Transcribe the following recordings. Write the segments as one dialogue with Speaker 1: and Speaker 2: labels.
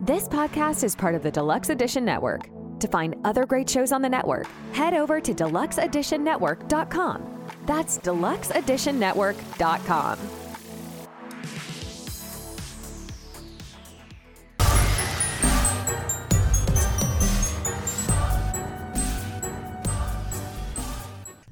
Speaker 1: This podcast is part of the Deluxe Edition Network. To find other great shows on the network, head over to deluxeeditionnetwork.com. That's deluxeeditionnetwork.com.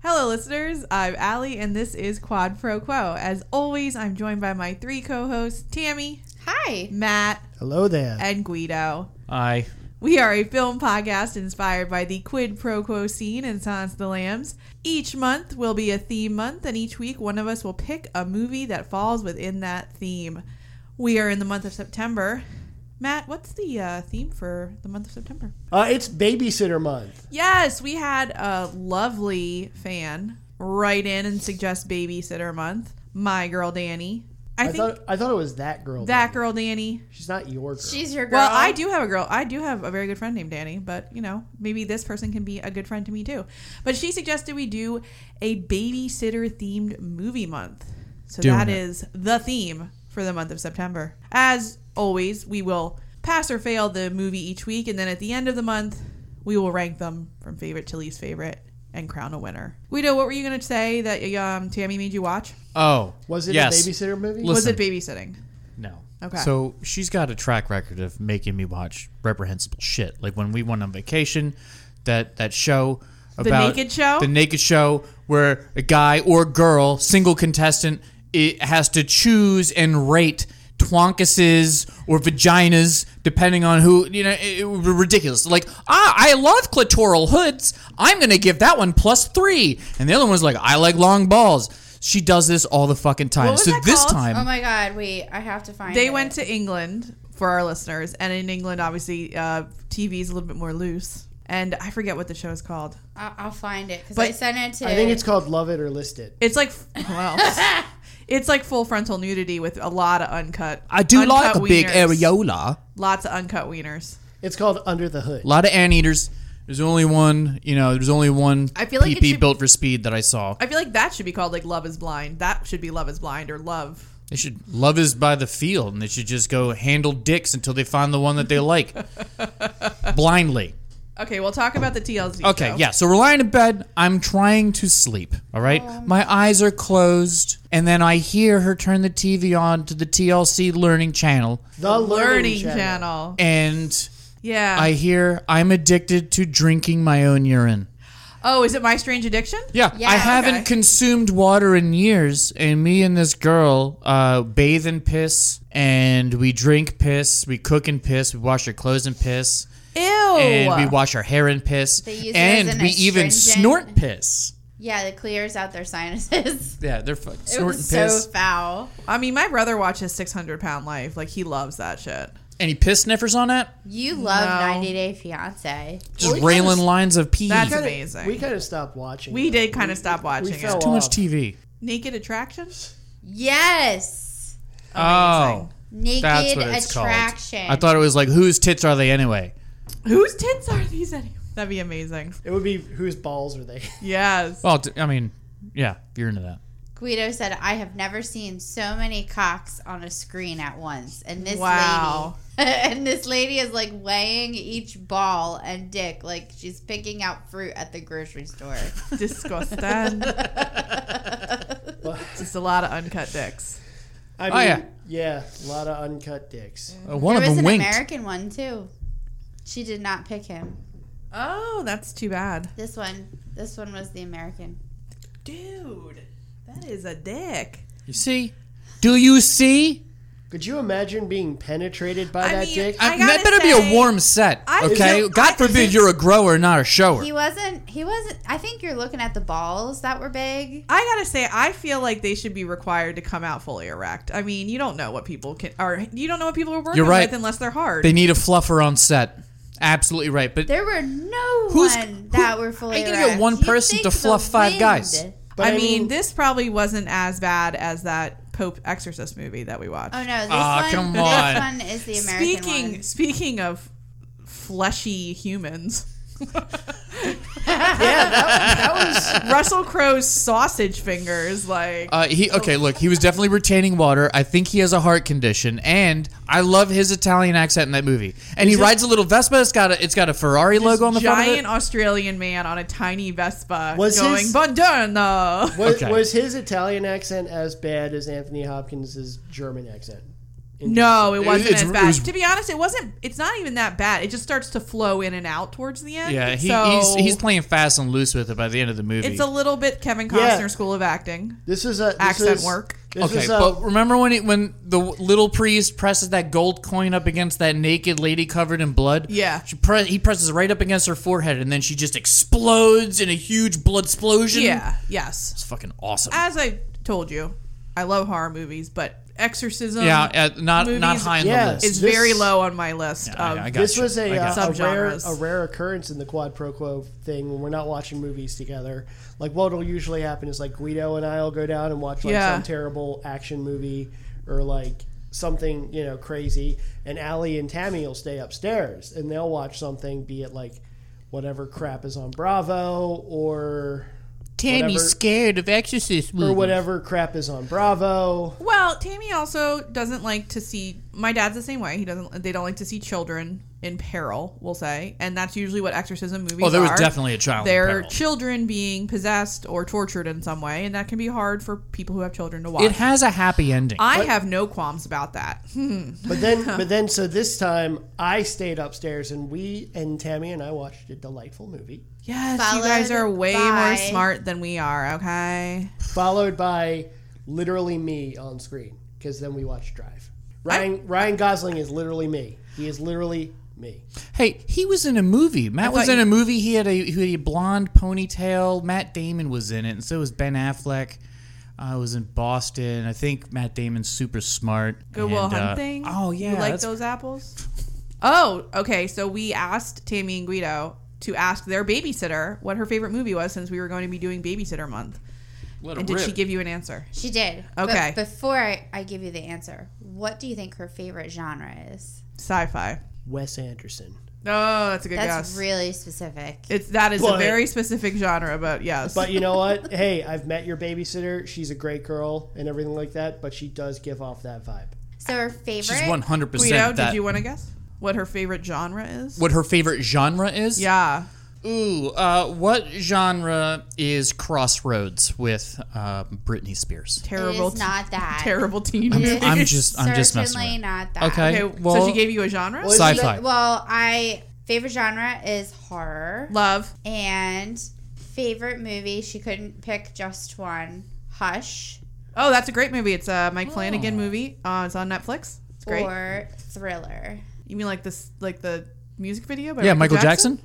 Speaker 2: Hello, listeners. I'm Allie, and this is Quad Pro Quo. As always, I'm joined by my three co hosts, Tammy,
Speaker 3: Hi.
Speaker 2: Matt,
Speaker 4: Hello there.
Speaker 2: and Guido.
Speaker 5: I
Speaker 2: We are a film podcast inspired by the quid pro quo scene in Silence of the Lambs. Each month will be a theme month, and each week one of us will pick a movie that falls within that theme. We are in the month of September. Matt, what's the uh, theme for the month of September?
Speaker 4: Uh, it's babysitter month.
Speaker 2: Yes, we had a lovely fan write in and suggest babysitter month. My girl Danny. I,
Speaker 4: I,
Speaker 2: think
Speaker 4: thought I thought it was that girl.
Speaker 2: that girl Danny.
Speaker 4: She's not your girl.
Speaker 3: She's your girl.
Speaker 2: Well, I do have a girl. I do have a very good friend named Danny, but you know, maybe this person can be a good friend to me too. But she suggested we do a babysitter themed movie month. So
Speaker 5: Doing
Speaker 2: that
Speaker 5: it.
Speaker 2: is the theme for the month of September. As always, we will pass or fail the movie each week, and then at the end of the month, we will rank them from favorite to least favorite and crown a winner. Guido, what were you going to say that um, Tammy made you watch?
Speaker 5: oh
Speaker 4: Was it
Speaker 5: yes.
Speaker 4: a babysitter movie?
Speaker 5: Listen.
Speaker 2: Was it babysitting?
Speaker 5: No.
Speaker 2: Okay.
Speaker 5: So she's got a track record of making me watch reprehensible shit. Like when we went on vacation, that that show about
Speaker 2: Naked Show?
Speaker 5: the naked show where a guy or girl, single contestant, it has to choose and rate twonkuses or vaginas depending on who you know. It, it was ridiculous. Like ah, I love clitoral hoods. I'm gonna give that one plus three, and the other one's like I like long balls. She does this all the fucking time.
Speaker 2: What was
Speaker 5: so
Speaker 2: that
Speaker 5: this
Speaker 2: called?
Speaker 5: time,
Speaker 3: Oh my God. Wait, I have to find.
Speaker 2: They
Speaker 3: it.
Speaker 2: went to England for our listeners, and in England, obviously, uh, TV is a little bit more loose. And I forget what the show is called.
Speaker 3: I- I'll find it because
Speaker 2: But-
Speaker 3: I sent it to.
Speaker 4: I think it's called Love It or List It.
Speaker 2: It's like well, it's like full frontal nudity with a lot of uncut.
Speaker 5: I do
Speaker 2: uncut
Speaker 5: like a big
Speaker 2: wieners.
Speaker 5: areola.
Speaker 2: Lots of uncut wieners.
Speaker 4: It's called Under the Hood.
Speaker 5: A lot of anteaters. There's only one, you know, there's only one
Speaker 2: I feel like it
Speaker 5: PP
Speaker 2: should-
Speaker 5: built for speed that I saw.
Speaker 2: I feel like that should be called like Love Is Blind. That should be Love Is Blind or Love.
Speaker 5: They should love is by the field and they should just go handle dicks until they find the one that they like blindly.
Speaker 2: Okay, we'll talk about the TLC.
Speaker 5: Okay,
Speaker 2: show.
Speaker 5: yeah. So we're lying in bed. I'm trying to sleep. All right. My eyes are closed. And then I hear her turn the TV on to the TLC learning channel.
Speaker 4: The
Speaker 2: Learning channel.
Speaker 5: And
Speaker 2: Yeah.
Speaker 5: I hear I'm addicted to drinking my own urine.
Speaker 2: oh, is it My Strange Addiction?
Speaker 5: Yeah,
Speaker 3: Yeah,
Speaker 5: I haven't
Speaker 2: okay.
Speaker 5: consumed water in years, and me and this girl uh, bathe in piss, and we drink piss, we cook in piss, we wash our clothes in piss,
Speaker 2: Ew.
Speaker 5: and we wash our hair in piss,
Speaker 3: Oh. They use it as
Speaker 5: and
Speaker 3: an
Speaker 5: we even
Speaker 3: astringent.
Speaker 5: snort piss.
Speaker 3: Yeah, it clears out their sinuses.
Speaker 5: Yeah, they're fucking
Speaker 3: it
Speaker 5: snorting
Speaker 3: was so
Speaker 5: piss.
Speaker 3: foul.
Speaker 2: I mean, my brother watches 600 Pound Life. Like, he loves that shit.
Speaker 5: Any piss sniffers on that?
Speaker 3: You love
Speaker 2: No.
Speaker 3: 90 Day Fiance.
Speaker 5: Just
Speaker 4: we
Speaker 5: railing
Speaker 4: kinda s-
Speaker 5: lines of pee.
Speaker 2: That's
Speaker 5: Too
Speaker 2: amazing.
Speaker 4: We kind of stopped watching.
Speaker 2: We
Speaker 4: it.
Speaker 2: did kind of stop watching
Speaker 4: fell
Speaker 2: it.
Speaker 4: off.
Speaker 5: much TV.
Speaker 2: Naked Attraction?
Speaker 3: Yes.
Speaker 5: Oh,
Speaker 3: Naked
Speaker 5: that's what it's
Speaker 3: attraction.
Speaker 5: called. I thought it was like whose tits are they anyway?
Speaker 2: Whose tits are these anyway? That'd be amazing.
Speaker 4: It would be whose balls are they?
Speaker 2: Yes.
Speaker 5: Well, t- I mean, yeah, if you're into that.
Speaker 3: Guido said, "I have never seen so many cocks on a screen at once." And this
Speaker 2: Wow.
Speaker 3: lady, and this lady is like weighing each ball and dick like she's picking out fruit at the grocery store.
Speaker 2: Disgusting. Just a lot of uncut dicks.
Speaker 4: I
Speaker 5: Oh,
Speaker 4: mean, yeah. a lot of uncut dicks.
Speaker 5: Uh, one
Speaker 3: there
Speaker 5: of
Speaker 3: was an
Speaker 5: them winked.
Speaker 3: American one too. She did not pick him.
Speaker 2: Oh, that's too bad.
Speaker 3: This one, this one was the American.
Speaker 2: Dude, that is a dick.
Speaker 5: You see? Do you see?
Speaker 4: Could you imagine being penetrated by
Speaker 2: I
Speaker 4: that
Speaker 2: mean,
Speaker 4: dick?
Speaker 2: I-
Speaker 5: I-
Speaker 2: gotta
Speaker 5: Uh, that better be
Speaker 2: say-
Speaker 5: a warm set,
Speaker 2: I
Speaker 5: okay?
Speaker 2: feel-
Speaker 5: God forbid you're a grower, not a shower.
Speaker 3: He wasn't. He wasn't. I think you're looking at the balls that were big.
Speaker 2: I gotta say, I feel like they should be required to come out fully erect. I mean, you don't know what people can, or you don't know what people are working
Speaker 5: You're right.
Speaker 2: with unless they're hard.
Speaker 5: They need a fluffer on set. Absolutely right. But
Speaker 3: There were no
Speaker 5: Who's-
Speaker 3: one that
Speaker 5: who-
Speaker 3: were fully.
Speaker 5: how you gonna get
Speaker 3: erect.
Speaker 5: one
Speaker 3: You'd
Speaker 5: person
Speaker 3: think
Speaker 5: to
Speaker 3: the
Speaker 5: fluff five
Speaker 3: wind- Oh,
Speaker 5: guys?
Speaker 4: But
Speaker 2: I, mean, this probably wasn't as bad as that Pope Exorcist movie that we watched.
Speaker 3: Oh no! This
Speaker 5: Aw,
Speaker 3: one-
Speaker 5: Ah, come on.
Speaker 3: This one is the American
Speaker 2: speaking
Speaker 3: one.
Speaker 2: speaking of fleshy humans
Speaker 4: that was
Speaker 2: Russell Crowe's sausage fingers, like
Speaker 5: Uh, he okay. Look, he was definitely retaining water. I think he has a heart condition, and I love his Italian accent in that movie. And he rides a little Vespa. It's got a it's got a Ferrari logo on the front of
Speaker 2: giant
Speaker 5: it.
Speaker 2: Australian man on a tiny Vespa
Speaker 4: Was
Speaker 2: going
Speaker 4: his-
Speaker 2: Buongiorno.
Speaker 4: was,
Speaker 5: Okay.
Speaker 4: was his Italian accent as bad as Anthony Hopkins' German accent?
Speaker 2: No, it wasn't
Speaker 5: It's-
Speaker 2: as
Speaker 5: it
Speaker 2: bad.
Speaker 5: was-
Speaker 2: to be honest, it wasn't. It's not even that bad. It just starts to flow in and out towards the end.
Speaker 5: Yeah, he,
Speaker 2: so
Speaker 5: he's he's playing fast and loose with it by the end of the movie.
Speaker 2: It's a little bit Kevin Costner
Speaker 4: Yeah.
Speaker 2: School of Acting.
Speaker 4: This is a this
Speaker 2: Accent
Speaker 4: is-
Speaker 2: work.
Speaker 4: This uh,
Speaker 5: okay,
Speaker 4: is a,
Speaker 5: but remember when he, when the little priest presses that gold coin up against that naked lady covered in blood?
Speaker 2: Yeah.
Speaker 5: she pre- he presses it right up against her forehead, and then she just explodes in a huge blood explosion.
Speaker 2: Yeah. Yes.
Speaker 5: it's fucking awesome.
Speaker 2: As I told you, I love horror movies, but Exorcism.
Speaker 5: yeah, uh, not not
Speaker 2: movies-
Speaker 5: high on
Speaker 4: Yeah,
Speaker 5: the list.
Speaker 2: is
Speaker 4: This-
Speaker 2: very low on my list.
Speaker 5: I-
Speaker 2: of,
Speaker 5: I got
Speaker 4: this
Speaker 5: you.
Speaker 4: was
Speaker 5: I
Speaker 4: a,
Speaker 5: got
Speaker 4: uh, a rare
Speaker 2: Subgenres.
Speaker 4: a rare occurrence in the quad pro quo thing when we're not watching movies together. Like what'll usually happen is like Guido and I'll go down and watch like
Speaker 2: Yeah.
Speaker 4: some terrible action movie or like something you know crazy, and Allie and Tammy will stay upstairs and they'll watch something, be it like whatever crap is on Bravo or
Speaker 5: Tammy's
Speaker 4: whatever-
Speaker 5: scared of Exorcist movies.
Speaker 4: or
Speaker 2: Mm-hmm.
Speaker 4: whatever crap is on Bravo.
Speaker 2: Well, Tammy also doesn't like to see. My dad's the same way. He doesn't. They don't like to see children in peril. We'll say, and that's usually what exorcism movies.
Speaker 5: Oh, there was
Speaker 2: are.
Speaker 5: definitely a child in
Speaker 2: They're
Speaker 5: peril.
Speaker 2: children being possessed or tortured in some way, and that can be hard for people who have children to watch.
Speaker 5: It has a happy ending.
Speaker 2: I have no qualms about that.
Speaker 4: But then, but then, so this time I stayed upstairs and we and Tammy and I watched a delightful movie.
Speaker 2: Yes, you guys
Speaker 3: Followed
Speaker 2: are way
Speaker 3: by-
Speaker 2: more smart than we are. Okay.
Speaker 4: followed by literally me on screen because then we watched Drive. Ryan Ryan Gosling is literally me. He is literally me.
Speaker 5: hey, he was in a movie. Matt was
Speaker 2: thought
Speaker 5: in
Speaker 2: you-
Speaker 5: a movie. He had a he had a blonde ponytail. Matt Damon was in it, and so was Ben Affleck. I was in Boston. I think Matt Damon's super smart.
Speaker 2: Good Will
Speaker 5: and,
Speaker 2: Hunt
Speaker 5: uh,
Speaker 2: thing.
Speaker 5: Oh yeah,
Speaker 2: you like
Speaker 5: that's-
Speaker 2: those apples? Oh, okay. So we asked Tammy and Guido to ask their babysitter what her favorite movie was since we were going to be doing Babysitter Month.
Speaker 5: Let
Speaker 2: And
Speaker 5: her
Speaker 2: did she
Speaker 5: rip.
Speaker 2: give you an answer?
Speaker 3: She did.
Speaker 2: Okay.
Speaker 3: But before I, I give you the answer, what do you think her favorite genre is?
Speaker 2: Sci-fi.
Speaker 4: Wes Anderson.
Speaker 2: Oh, that's a good
Speaker 3: That's
Speaker 2: guess.
Speaker 3: really specific.
Speaker 2: it's that is a
Speaker 4: But-
Speaker 2: very specific genre, but yes.
Speaker 4: But you know what? hey, I've met your babysitter. She's a great girl and everything like that. But she does give off that vibe.
Speaker 3: So her favorite.
Speaker 5: She's one hundred
Speaker 2: Guido,
Speaker 5: percent
Speaker 2: did
Speaker 5: that.
Speaker 2: you want to guess what her favorite genre is?
Speaker 5: what her favorite genre is?
Speaker 2: Yeah.
Speaker 5: Ooh, uh, what genre is Crossroads with uh, Britney Spears?
Speaker 3: It
Speaker 2: Terrible.
Speaker 3: is
Speaker 2: te-
Speaker 3: not that.
Speaker 2: terrible teen.
Speaker 3: It
Speaker 2: movie.
Speaker 3: is
Speaker 5: I'm just- I'm just messing
Speaker 3: certainly
Speaker 5: with-
Speaker 3: not that.
Speaker 5: Okay.
Speaker 2: Okay.
Speaker 5: well-
Speaker 2: so she gave you a genre?
Speaker 4: Well,
Speaker 5: Sci-fi.
Speaker 3: But- well, I favorite genre is horror
Speaker 2: Love.
Speaker 3: and favorite movie. She couldn't pick just one. Hush
Speaker 2: Oh, that's a great movie. It's a Mike
Speaker 5: Oh.
Speaker 2: Flanagan movie. Uh, it's on Netflix. It's great.
Speaker 3: or thriller.
Speaker 2: You mean like this, like the music video? By
Speaker 5: Yeah, Michael Jackson.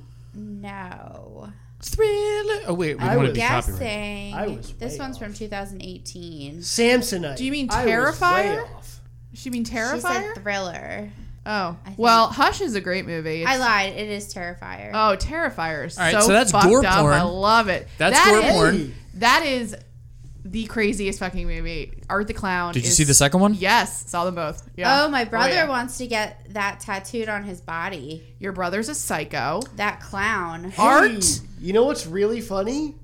Speaker 3: No.
Speaker 5: Thriller. Oh wait, we
Speaker 4: I
Speaker 5: want to
Speaker 4: was-
Speaker 5: be copyrighted.
Speaker 3: Guessing.
Speaker 4: I was
Speaker 3: this
Speaker 4: way
Speaker 3: one's from
Speaker 4: off.
Speaker 3: 2018. She
Speaker 4: Samsonite.
Speaker 2: Do you mean
Speaker 4: I was way
Speaker 2: Terrifier?
Speaker 4: off.
Speaker 2: She mean
Speaker 3: said
Speaker 2: Terrifier?
Speaker 3: thriller.
Speaker 2: oh,
Speaker 3: think-
Speaker 2: well, Hush is a great movie. It's-
Speaker 3: I lied. It is Terrifier.
Speaker 2: Oh, Terrifier is
Speaker 5: All right,
Speaker 2: so,
Speaker 5: so that's
Speaker 2: fucked
Speaker 5: gore
Speaker 2: up.
Speaker 5: porn.
Speaker 2: I love it.
Speaker 5: That's
Speaker 2: That
Speaker 5: gore
Speaker 2: is-
Speaker 5: porn.
Speaker 2: That is the craziest fucking movie. Art the Clown.
Speaker 5: Did you
Speaker 2: is-
Speaker 5: see the second one?
Speaker 2: Yes, saw them both. Yeah.
Speaker 3: Oh, my brother
Speaker 2: yeah.
Speaker 3: wants to get that tattooed on his body.
Speaker 2: Your brother's a psycho.
Speaker 3: That clown.
Speaker 2: Art.
Speaker 4: You know what's really funny?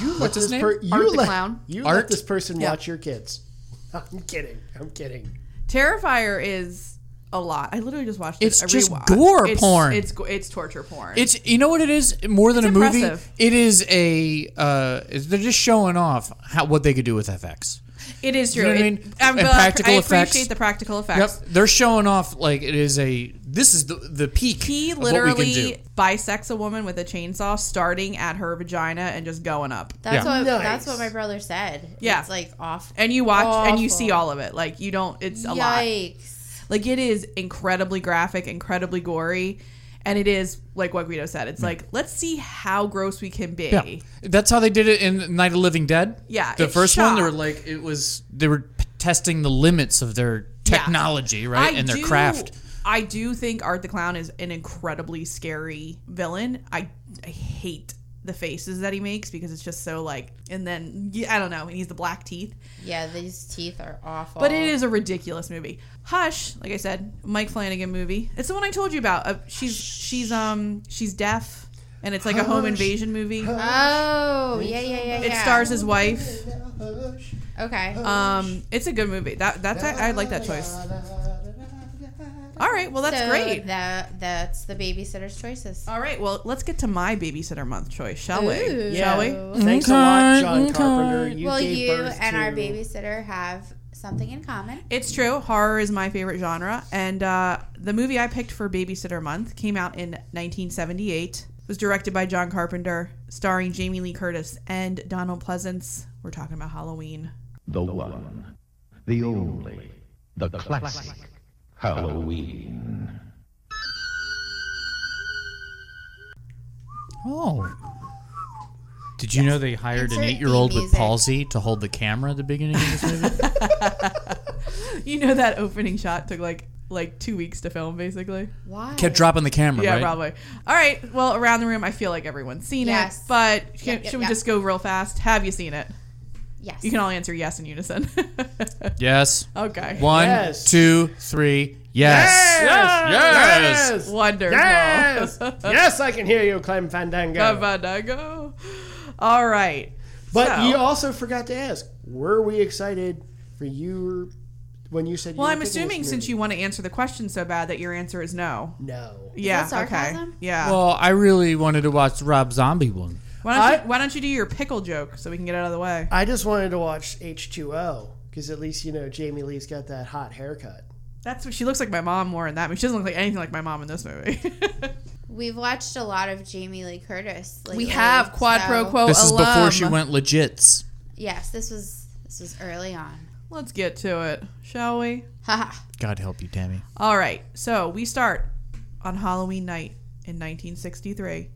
Speaker 4: You let
Speaker 5: his
Speaker 4: this
Speaker 5: name?
Speaker 4: per- you
Speaker 2: Art the
Speaker 4: let-
Speaker 2: Clown?
Speaker 4: You
Speaker 5: Art?
Speaker 4: let this person
Speaker 2: Yeah.
Speaker 4: watch your kids. I'm kidding. I'm kidding.
Speaker 2: Terrifier is a lot. I literally just watched it.
Speaker 5: It's
Speaker 2: I
Speaker 5: just
Speaker 2: rewatched.
Speaker 5: gore
Speaker 2: It's-
Speaker 5: porn.
Speaker 2: It's go- it's torture porn.
Speaker 5: It's you know what it is more than
Speaker 2: It's
Speaker 5: a movie.
Speaker 2: impressive.
Speaker 5: It is a uh, it's- they're just showing off how what they could do with FX.
Speaker 2: It is true.
Speaker 5: You know what I
Speaker 2: It-
Speaker 5: mean?
Speaker 2: I'm
Speaker 5: And
Speaker 2: glad-
Speaker 5: practical
Speaker 2: I
Speaker 5: effects.
Speaker 2: appreciate the practical
Speaker 5: Yep,
Speaker 2: effects.
Speaker 5: they're showing off like it is a this is the the peak.
Speaker 2: He
Speaker 5: of what we can do.
Speaker 2: literally bisects a woman with a chainsaw, starting at her vagina and just going up.
Speaker 3: That's
Speaker 5: Yeah.
Speaker 3: what
Speaker 4: Nice.
Speaker 3: that's what my brother said.
Speaker 2: Yeah.
Speaker 3: It's like off
Speaker 2: And you watch and you
Speaker 3: Awful.
Speaker 2: see all of it. Like you don't. It's a lot.
Speaker 3: Yikes.
Speaker 2: Like it is incredibly graphic, incredibly gory, and it is like what Guido said. It's like let's see how gross we can be.
Speaker 5: Hmm. Yeah. That's how they did it in Night of the Living Dead.
Speaker 2: Yeah,
Speaker 5: The
Speaker 2: it's
Speaker 5: first one, they were
Speaker 2: shock.
Speaker 5: like, it was, they were p- testing the limits of their
Speaker 2: Yeah.
Speaker 5: technology, right?
Speaker 2: I
Speaker 5: and their
Speaker 2: do-
Speaker 5: craft.
Speaker 2: I do think Art the Clown is an incredibly scary villain. I, I hate the faces that he makes because it's just so like, and then yeah, I don't know. And he's the black teeth,
Speaker 3: Yeah, these teeth are awful.
Speaker 2: but it is a ridiculous movie. Hush, like I said, Mike Flanagan movie. It's the one I told you about. Uh, she's she's um she's deaf. and it's like a home invasion movie.
Speaker 3: Oh, yeah, yeah, yeah.
Speaker 2: It
Speaker 3: yeah.
Speaker 2: stars his wife.
Speaker 3: Okay.
Speaker 2: Um, it's a good movie. That that's I, I like that choice. All right, well that's
Speaker 3: So
Speaker 2: great.
Speaker 3: That that's the babysitter's choices.
Speaker 2: All right, well let's get to my babysitter month choice, shall
Speaker 3: Ooh.
Speaker 2: we?
Speaker 4: Yeah.
Speaker 2: Shall we?
Speaker 4: Thanks a lot, John Carpenter. You
Speaker 3: well,
Speaker 4: gave
Speaker 3: you
Speaker 4: birth
Speaker 3: and
Speaker 4: to-
Speaker 3: our babysitter have something in common.
Speaker 2: It's true. Horror is my favorite genre, and uh, the movie I picked for Babysitter Month came out in 1978. It was directed by John Carpenter, starring Jamie Lee Curtis and Donald Pleasance. We're talking about Halloween.
Speaker 6: the one, the only, the classic Halloween.
Speaker 5: Oh. Did you know they hired an
Speaker 3: Insert
Speaker 2: E
Speaker 5: eight-year-old
Speaker 3: theme
Speaker 5: with
Speaker 3: music.
Speaker 5: palsy to hold the camera at the beginning of this movie?
Speaker 2: You know that opening shot took like like two weeks to film, basically.
Speaker 3: Why?
Speaker 5: Kept dropping the camera,
Speaker 2: Yeah,
Speaker 5: right?
Speaker 2: probably. All right. Well, around the room, I feel like everyone's seen
Speaker 3: Yes.
Speaker 2: it, but sh-
Speaker 3: Yep, yep,
Speaker 2: should we
Speaker 3: yep.
Speaker 2: just go real fast? Have you seen it?
Speaker 3: Yes.
Speaker 2: You can all answer yes in unison.
Speaker 5: Yes.
Speaker 2: okay.
Speaker 5: One,
Speaker 4: Yes.
Speaker 5: two, three. Yes. Yes.
Speaker 4: Yes.
Speaker 2: Wonderful.
Speaker 4: Yes. Yes, I can hear you, Clem Fandango.
Speaker 2: Go. All right.
Speaker 4: But
Speaker 2: So-
Speaker 4: you also forgot to ask: Were we excited for you when you said?
Speaker 2: Well,
Speaker 4: you
Speaker 2: I'm assuming since you want to answer the question so bad that your answer is no.
Speaker 4: no,
Speaker 2: Yeah.
Speaker 3: that sarcasm?
Speaker 2: Okay. Yeah.
Speaker 5: Well, I really wanted to watch the Rob Zombie one.
Speaker 2: why, don't
Speaker 4: I-
Speaker 2: you, why don't you do your pickle joke so we can get it out of the way?
Speaker 4: I just wanted to watch H2O because at least you know Jamie Lee's got that hot haircut.
Speaker 2: That's what she looks like. My mom more in that movie. She doesn't look like anything like my mom in this movie.
Speaker 3: We've watched a lot of Jamie Lee Curtis. Lately,
Speaker 2: we have quad
Speaker 3: so-
Speaker 2: pro quo.
Speaker 5: This is before
Speaker 2: alum.
Speaker 5: she went legits.
Speaker 3: Yes, this was this was early on.
Speaker 2: Let's get to it, shall we?
Speaker 3: Haha.
Speaker 5: God help you, Tammy.
Speaker 2: All right. So we start on Halloween night in 1963,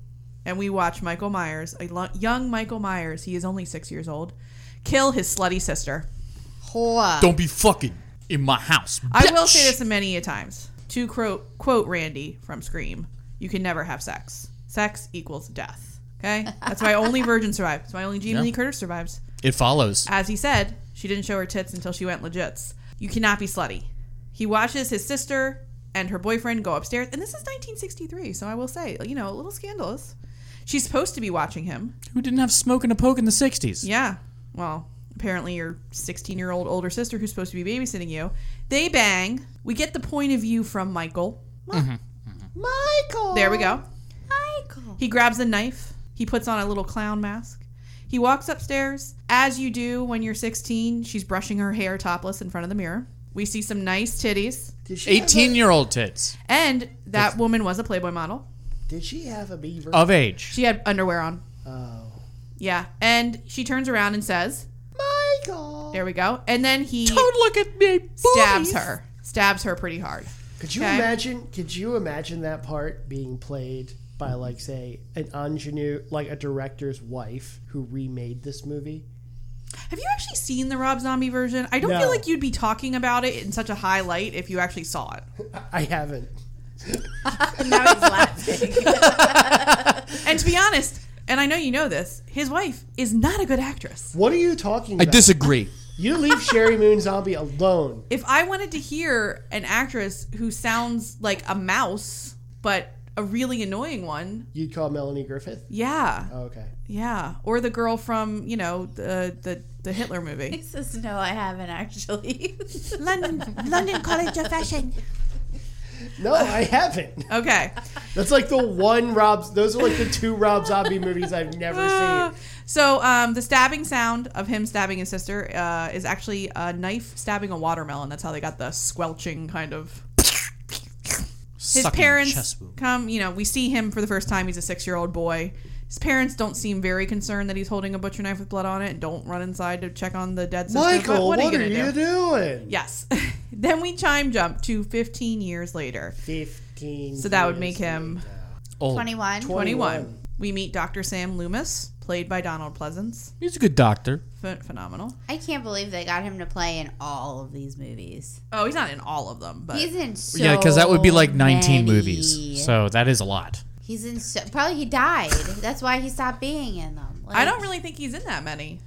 Speaker 2: and we watch Michael Myers, a lo- young Michael Myers. He is only six years old. Kill his slutty sister.
Speaker 3: Whoa.
Speaker 5: Don't be fucking in my house.
Speaker 2: I will
Speaker 5: bitch.
Speaker 2: say this many a times. To quote, quote Randy from Scream, you can never have sex. Sex equals death. Okay? That's why only Virgin survives. That's why only Jamie Lee Curtis survives.
Speaker 5: It follows.
Speaker 2: As he said, she didn't show her tits until she went legits. You cannot be slutty. He watches his sister and her boyfriend go upstairs, and this is 1963, so I will say, you know, a little scandalous. She's supposed to be watching him.
Speaker 5: Who didn't have smoke and a poke in the 60s?
Speaker 2: Yeah. Well, apparently your 16 year old older sister who's supposed to be babysitting you. They bang. We get the point of view from Michael.
Speaker 3: Michael.
Speaker 2: There we go.
Speaker 3: Michael.
Speaker 2: He grabs a knife. He puts on a little clown mask. He walks upstairs. As you do when you're 16, she's brushing her hair topless in front of the mirror. We see some nice titties.
Speaker 4: Did she? have
Speaker 5: 18 year old tits
Speaker 2: And that woman was a Playboy model.
Speaker 4: a- did she have a beaver?
Speaker 5: of age.
Speaker 2: She had underwear on.
Speaker 4: oh,
Speaker 2: Yeah. And she turns around and says,
Speaker 4: Michael!
Speaker 2: There we go. And then he
Speaker 5: look at me.
Speaker 2: stabs her. Stabs her pretty hard.
Speaker 4: Could you
Speaker 2: Okay.
Speaker 4: imagine? Could you imagine that part being played by like say an ingenue, like a director's wife who remade this movie?
Speaker 2: Have you actually seen the Rob Zombie version? I don't
Speaker 4: No.
Speaker 2: feel like you'd be talking about it in such a high light if you actually saw it.
Speaker 4: I haven't.
Speaker 3: Now he's laughing.
Speaker 2: And to be honest, and I know you know this, his wife is not a good actress.
Speaker 4: What are you talking
Speaker 5: I
Speaker 4: about?
Speaker 5: disagree.
Speaker 4: you leave Sherry Moon Zombie alone.
Speaker 2: If I wanted to hear an actress who sounds like a mouse, but a really annoying one,
Speaker 4: You'd call Melanie Griffith.
Speaker 2: yeah,
Speaker 4: Oh, okay.
Speaker 2: yeah, or the girl from you know the the, the Hitler
Speaker 3: He
Speaker 2: movie,
Speaker 3: says, "No, I haven't actually."
Speaker 2: London London College of Fashion.
Speaker 4: No, I haven't.
Speaker 2: Okay,
Speaker 4: That's like the one Rob's. Those are like the two Rob Zombie movies I've never
Speaker 2: Ah.
Speaker 4: seen.
Speaker 2: so um, the stabbing sound of him stabbing his sister uh, is actually a knife stabbing a watermelon. That's how they got the squelching kind of his
Speaker 5: Sucking
Speaker 2: parents
Speaker 5: chest wound.
Speaker 2: come you know we see him for the first time he's a six year old boy his parents don't seem very concerned that he's holding a butcher knife with blood on it and don't run inside to check on the dead sister but
Speaker 4: Michael, what, are,
Speaker 2: gonna
Speaker 4: you doing?
Speaker 2: yes then we time jump to 15 years later
Speaker 4: Fifteen.
Speaker 2: so that would
Speaker 4: years
Speaker 2: make him
Speaker 4: later.
Speaker 5: Old.
Speaker 3: Twenty-one.
Speaker 2: 21 we meet dr sam loomis played by donald pleasance
Speaker 5: He's a good doctor.
Speaker 2: Ph- phenomenal
Speaker 3: I can't believe they got him to play in all of these movies.
Speaker 2: oh he's not in all of them but
Speaker 3: He's in so
Speaker 5: yeah, because that would be like 19
Speaker 3: many.
Speaker 5: movies. So that is a lot.
Speaker 3: He's in so, probably he died. That's why he stopped being in them. Like,
Speaker 2: i don't really think he's in that many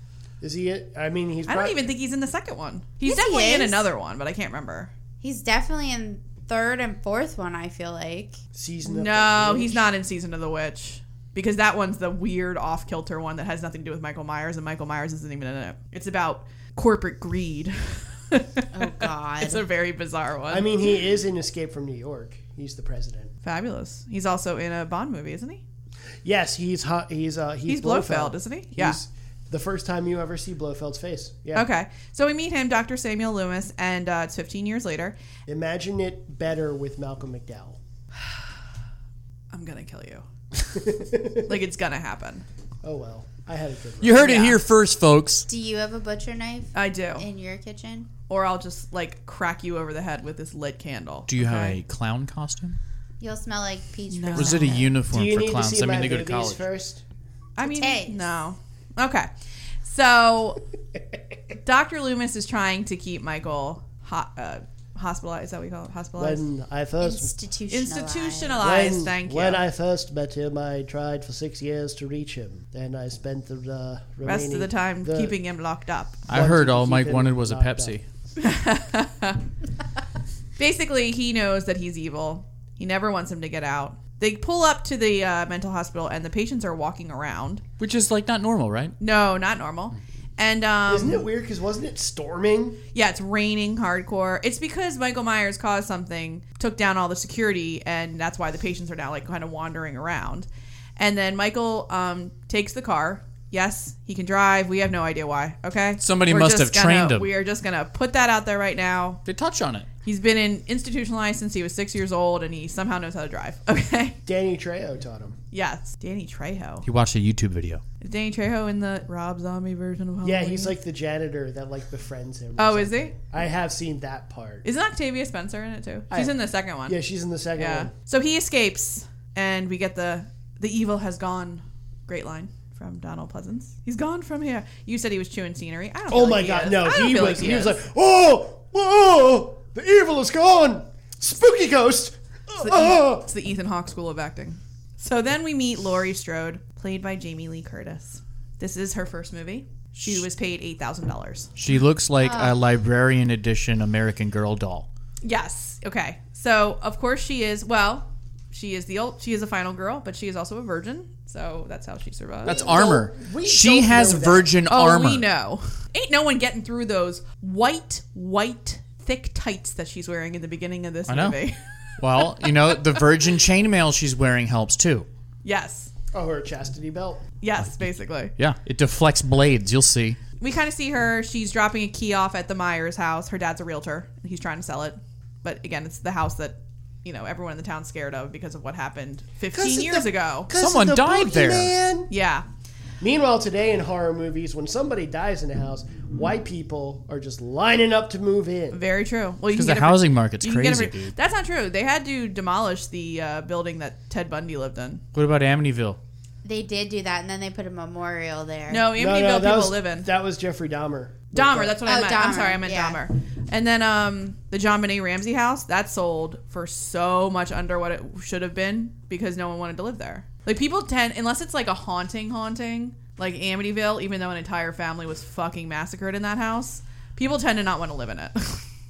Speaker 4: Is he? I mean, he's.
Speaker 2: i don't
Speaker 4: prob-
Speaker 2: even think he's in the second one he's
Speaker 3: Yes, he
Speaker 2: definitely in
Speaker 3: is.
Speaker 2: another one but i can't remember
Speaker 3: He's definitely in third and fourth one. I feel like
Speaker 4: season. of
Speaker 2: No,
Speaker 4: the
Speaker 2: he's
Speaker 4: Witch.
Speaker 2: not in season of the witch because that one's the weird off kilter one that has nothing to do with Michael Myers, and Michael Myers isn't even in it. It's about corporate greed.
Speaker 3: Oh God.
Speaker 2: it's a very bizarre one.
Speaker 4: I mean, he is in Escape from New York. He's the president.
Speaker 2: Fabulous. He's also in a Bond movie, isn't he?
Speaker 4: Yes, he's hot. He's uh, he's,
Speaker 2: He's Blofeld, isn't he? Yeah.
Speaker 4: He's the first time you ever see Blofeld's face. Yeah.
Speaker 2: Okay. So we meet him, Dr. Samuel Loomis, and uh, it's 15 years later.
Speaker 4: Imagine it better with Malcolm McDowell.
Speaker 2: I'm going to kill you. like, it's going to happen.
Speaker 4: Oh well, I had a good. Run.
Speaker 5: You heard it
Speaker 2: Yeah.
Speaker 5: here first, folks.
Speaker 3: Do you have a butcher knife
Speaker 2: I do.
Speaker 3: in your kitchen?
Speaker 2: Or I'll just, like, crack you over the head with this lit candle.
Speaker 5: Do you have
Speaker 2: Okay?
Speaker 5: a clown costume?
Speaker 3: You'll smell like peach.
Speaker 2: No.
Speaker 5: Or is it a
Speaker 4: Do
Speaker 5: uniform
Speaker 4: you
Speaker 5: for
Speaker 4: need to
Speaker 5: clowns?
Speaker 4: see
Speaker 5: I
Speaker 4: my
Speaker 5: mean, they go to
Speaker 4: movies
Speaker 5: college.
Speaker 4: first?
Speaker 2: I mean,
Speaker 3: taste.
Speaker 2: no. Okay. So Dr. Loomis is trying to keep Michael ho- uh, hospitalized. Is that what you call it? Hospitalized?
Speaker 4: When I first
Speaker 3: Institutionalized.
Speaker 2: Institutionalized.
Speaker 4: when,
Speaker 2: thank you.
Speaker 4: when I first met him, I tried for six years to reach him. Then I spent the uh,
Speaker 2: rest
Speaker 4: remaining,
Speaker 2: of the time
Speaker 4: the-
Speaker 2: keeping him locked up.
Speaker 5: I heard all
Speaker 4: Keep
Speaker 5: Mike
Speaker 4: him
Speaker 5: wanted was a
Speaker 4: locked up.
Speaker 5: Pepsi.
Speaker 2: Basically, he knows that he's evil. He never wants him to get out. They pull up to the uh, mental hospital, and the patients are walking around.
Speaker 5: Which is like not normal, right?
Speaker 2: No, not normal. And um,
Speaker 4: Isn't it weird? Because wasn't it storming?
Speaker 2: Yeah, it's raining hardcore. It's because Michael Myers caused something, took down all the security, and that's why the patients are now like kind of wandering around. And then Michael um, takes the car. Yes, he can drive. We have no idea why. Okay.
Speaker 5: Somebody must
Speaker 2: just
Speaker 5: have
Speaker 2: gonna-
Speaker 5: trained him.
Speaker 2: We are just gonna put that out there right now.
Speaker 5: They touch on it.
Speaker 2: He's been in institutionalized since he was six years old, and he somehow knows how to drive. Okay.
Speaker 4: Danny Trejo taught him.
Speaker 2: Yes, Danny Trejo.
Speaker 5: He watched a YouTube video.
Speaker 2: Is Danny Trejo in the Rob Zombie version of Halloween?
Speaker 4: Yeah, he's like the janitor that like befriends him. or
Speaker 2: Mm-hmm. Oh, is
Speaker 4: something.
Speaker 2: he?
Speaker 4: I have seen that part.
Speaker 2: Isn't Octavia Spencer in it too? She's
Speaker 4: I-
Speaker 2: in the second one.
Speaker 4: Yeah, she's in the second
Speaker 2: Yeah.
Speaker 4: one.
Speaker 2: So he escapes, and we get the the evil has gone. Great line from Donald Pleasance. He's gone from here. You said he was chewing scenery. I don't. feel
Speaker 4: Oh
Speaker 2: like
Speaker 4: my
Speaker 2: he
Speaker 4: god,
Speaker 2: is.
Speaker 4: no,
Speaker 2: I don't
Speaker 4: he was
Speaker 2: feel
Speaker 4: he,
Speaker 2: is.
Speaker 4: was like, oh, oh, the evil is gone, spooky ghost.
Speaker 2: It's the,
Speaker 4: Oh.
Speaker 2: it's the Ethan Hawke School of Acting. So then we meet Laurie Strode, played by Jamie Lee Curtis. This is her first movie. She was paid eight thousand dollars.
Speaker 5: She looks like
Speaker 4: Ah.
Speaker 5: a librarian edition American Girl doll.
Speaker 2: Yes. Okay. So of course she is. Well, she is the old. She is a final girl, but she is also a virgin. So that's how she survived.
Speaker 5: That's armor.
Speaker 4: we
Speaker 5: She
Speaker 4: don't
Speaker 5: has
Speaker 4: know that.
Speaker 5: virgin
Speaker 2: Oh,
Speaker 5: armor.
Speaker 2: we know. Ain't no one getting through those white, white, thick tights that she's wearing in the beginning of this
Speaker 5: know.
Speaker 2: movie.
Speaker 5: Well, you know, the virgin chainmail she's wearing helps too.
Speaker 2: yes.
Speaker 4: Oh, her chastity belt.
Speaker 2: Yes, basically.
Speaker 5: Yeah, it deflects blades. You'll see.
Speaker 2: We kind of see her. She's dropping a key off at the Myers house. Her dad's a realtor. and He's trying to sell it. But again, it's the house that, you know, everyone in the town's scared of because of what happened 15 years ago.
Speaker 5: Someone died there.
Speaker 4: Man.
Speaker 2: Yeah.
Speaker 4: Meanwhile, today in horror movies, when somebody dies in a house, white people are just lining up to move in.
Speaker 2: Very true. Well, you
Speaker 5: 'Cause
Speaker 2: can
Speaker 5: the
Speaker 2: get a-
Speaker 5: housing market's
Speaker 2: you can get a-
Speaker 5: crazy, dude.
Speaker 2: That's not true. They had to demolish the uh, building that Ted Bundy lived in.
Speaker 5: What about Amityville?
Speaker 3: They did do that, and then they put a memorial there.
Speaker 2: No, Amityville people
Speaker 4: that was,
Speaker 2: live in.
Speaker 4: That was Jeffrey Dahmer.
Speaker 2: Dahmer, that's what I
Speaker 3: Oh,
Speaker 2: meant. I'm
Speaker 3: Dahmer,
Speaker 2: sorry, I meant
Speaker 3: yeah.
Speaker 2: Dahmer. And then um, the John Benet Ramsey house that sold for so much under what it should have been because no one wanted to live there. Like people tend, unless it's like a haunting, haunting like Amityville, even though an entire family was fucking massacred in that house, people tend to not want to live in it.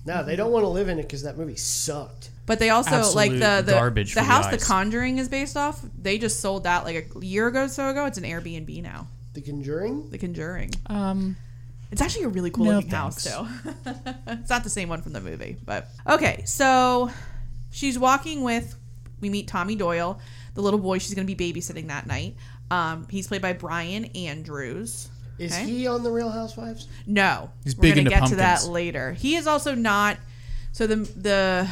Speaker 4: No, they don't want to live in it because that movie sucked.
Speaker 2: But they also
Speaker 5: Absolute
Speaker 2: like the the,
Speaker 5: garbage
Speaker 2: the
Speaker 5: for the
Speaker 2: house The
Speaker 5: eyes.
Speaker 2: Conjuring is based off. They just sold that like a year ago, so ago. It's an Airbnb now.
Speaker 4: The Conjuring.
Speaker 2: The Conjuring.
Speaker 5: Um,
Speaker 2: It's actually a really cool
Speaker 5: No,
Speaker 2: looking house,
Speaker 5: thanks.
Speaker 2: too. it's not the same one from the movie, but okay. So she's walking with. We meet Tommy Doyle, the little boy she's going to be babysitting that night. Um, he's played by Brian Andrews.
Speaker 4: Is
Speaker 2: Okay.
Speaker 4: he on the Real Housewives?
Speaker 2: No,
Speaker 5: He's
Speaker 2: we're
Speaker 5: big
Speaker 2: gonna
Speaker 5: into
Speaker 2: get to that
Speaker 5: pumpkins.
Speaker 2: later. He is also not. So the the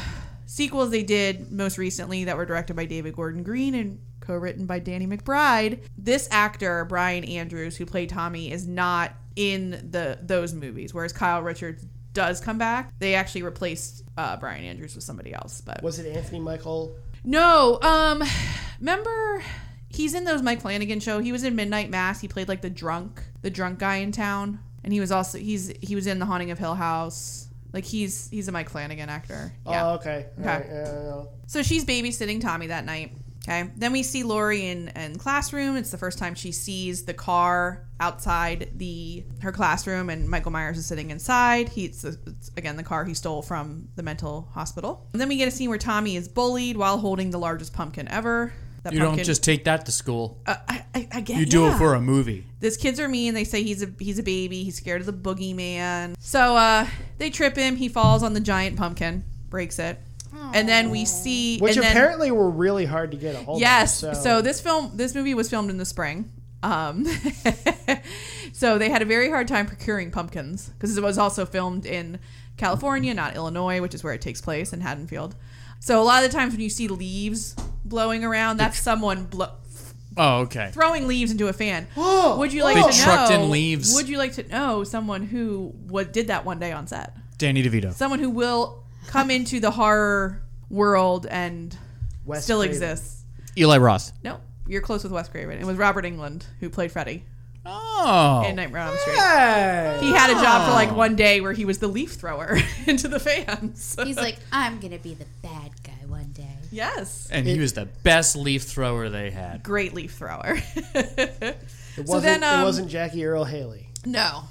Speaker 2: sequels they did most recently that were directed by David Gordon Green and co-written by Danny McBride. This actor Brian Andrews, who played Tommy, is not in the those movies. Whereas Kyle Richards does come back. They actually replaced uh, Brian Andrews with somebody else. But
Speaker 4: Was it Anthony Michael?
Speaker 2: no, um, remember he's in those Mike Flanagan show. He was in Midnight Mass. He played like the drunk, the drunk guy in town, and he was also he's he was in The Haunting of Hill House. Like he's he's a Mike Flanagan actor. Yeah.
Speaker 4: Oh, okay. All
Speaker 2: Okay.
Speaker 4: right, yeah,
Speaker 2: So she's babysitting Tommy that night. Okay. Then we see Lori in in classroom. It's the first time she sees the car outside the her classroom, and Michael Myers is sitting inside. He's it's, again the car he stole from the mental hospital. And then we get a scene where Tommy is bullied while holding the largest pumpkin ever. That
Speaker 5: You
Speaker 2: pumpkin.
Speaker 5: don't just take that to school.
Speaker 2: Uh, I, I, I get
Speaker 5: You do it
Speaker 2: yeah.
Speaker 5: for a movie.
Speaker 2: These kids are mean. They say he's a he's a baby. He's scared of the boogeyman. So uh, they trip him. He falls on the giant pumpkin, breaks it, and then we see
Speaker 4: which
Speaker 2: and then-
Speaker 4: apparently were really hard to get a hold
Speaker 2: yes.
Speaker 4: of.
Speaker 2: So. this film this movie was filmed in the spring. Um, so they had a very hard time procuring pumpkins because it was also filmed in California, not Illinois, which is where it takes place in Haddonfield. So a lot of the times when you see leaves blowing around, that's someone blow,
Speaker 5: Oh, okay.
Speaker 2: throwing leaves into a fan. would you like
Speaker 5: They
Speaker 2: to
Speaker 5: trucked
Speaker 2: know?
Speaker 5: in leaves.
Speaker 2: Would you like to know someone who what did that one day on set?
Speaker 5: Danny DeVito.
Speaker 2: Someone who will come into the horror world and
Speaker 4: Wes
Speaker 2: still
Speaker 4: Craven.
Speaker 2: exists.
Speaker 5: Eli Roth.
Speaker 2: No, you're close with Wes Craven. It was Robert England who played Freddy
Speaker 5: Oh.
Speaker 2: in Nightmare on Elm Street.
Speaker 4: Hey!
Speaker 2: He had a job for like one day where he was the leaf thrower into the fans.
Speaker 3: He's like, I'm gonna be the bad guy one day.
Speaker 2: yes,
Speaker 5: and he was the best leaf thrower they had.
Speaker 2: great leaf thrower.
Speaker 4: It wasn't,
Speaker 2: so then, um,
Speaker 4: it wasn't Jackie Earl Haley.
Speaker 2: No.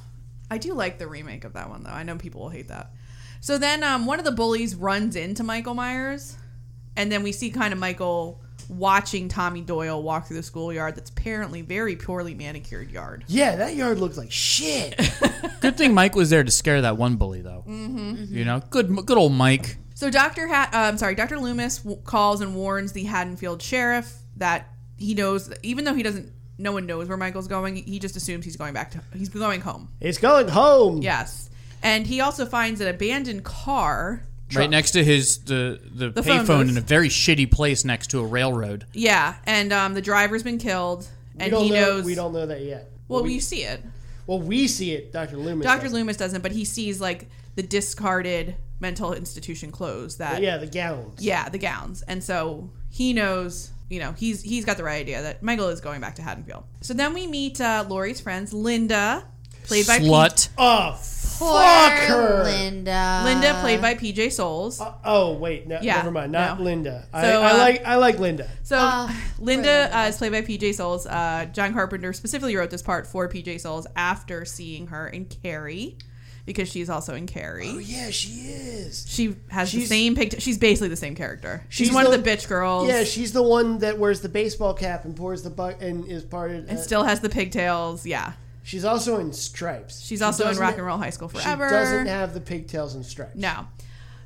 Speaker 2: I do like the remake of that one though. I know people will hate that. So then um, one of the bullies runs into Michael Myers, and then we see kind of Michael watching Tommy Doyle walk through the schoolyard that's apparently very poorly manicured yard.
Speaker 4: Yeah, that yard looked like shit.
Speaker 5: Good thing Mike was there to scare that one bully, though. Mm-hmm. You know, good, good old Mike.
Speaker 2: So Dr. Hat, um, sorry, Dr. Loomis w- calls and warns the Haddonfield sheriff that he knows, even though he doesn't, no one knows where Michael's going. He just assumes he's going back to, he's going home.
Speaker 4: it's going home.
Speaker 2: Yes. And he also finds an abandoned car
Speaker 5: Right next to his the the,
Speaker 2: phone
Speaker 5: payphone
Speaker 2: booth.
Speaker 5: in a very shitty place next to a railroad.
Speaker 2: Yeah, and um, the driver's been killed,
Speaker 4: we
Speaker 2: and
Speaker 4: don't
Speaker 2: he
Speaker 4: know,
Speaker 2: knows.
Speaker 4: We don't know that yet.
Speaker 2: well, we see it.
Speaker 4: Well, we see it, Doctor Loomis.
Speaker 2: Doctor
Speaker 4: does.
Speaker 2: Loomis doesn't, but he sees like the discarded mental institution clothes that.
Speaker 4: Yeah, the gowns.
Speaker 2: yeah, the gowns, and so he knows. You know, he's he's got the right idea that Michael is going back to Haddonfield. So then we meet uh, Laurie's friends, Linda, played by P-
Speaker 5: Slut.
Speaker 4: Oh,
Speaker 3: Poor
Speaker 4: fuck her.
Speaker 3: Linda.
Speaker 2: Linda, played by PJ Souls.
Speaker 4: Uh, oh wait, no,
Speaker 2: Yeah,
Speaker 4: never mind. Not
Speaker 2: no.
Speaker 4: Linda. I,
Speaker 2: So,
Speaker 4: I
Speaker 2: uh,
Speaker 4: like I like Linda.
Speaker 2: So
Speaker 3: Ah,
Speaker 2: Linda uh, is played by PJ Souls. Uh, John Carpenter specifically wrote this part for PJ Souls after seeing her in Carrie, because she's also in Carrie.
Speaker 4: Oh yeah, she is.
Speaker 2: She has the
Speaker 4: She's-
Speaker 2: same picture. She's basically the same character. She's,
Speaker 4: She's
Speaker 2: one
Speaker 4: the-
Speaker 2: of the bitch girls.
Speaker 4: Yeah, she's the one that wears the baseball cap and pours the buck and is part of.
Speaker 2: and
Speaker 4: uh,
Speaker 2: still has the pigtails. Yeah,
Speaker 4: she's also in stripes.
Speaker 2: she's
Speaker 4: She
Speaker 2: also in
Speaker 4: doesn't-
Speaker 2: Rock and Roll High School
Speaker 4: She
Speaker 2: Forever.
Speaker 4: doesn't have the pigtails and stripes.
Speaker 2: no.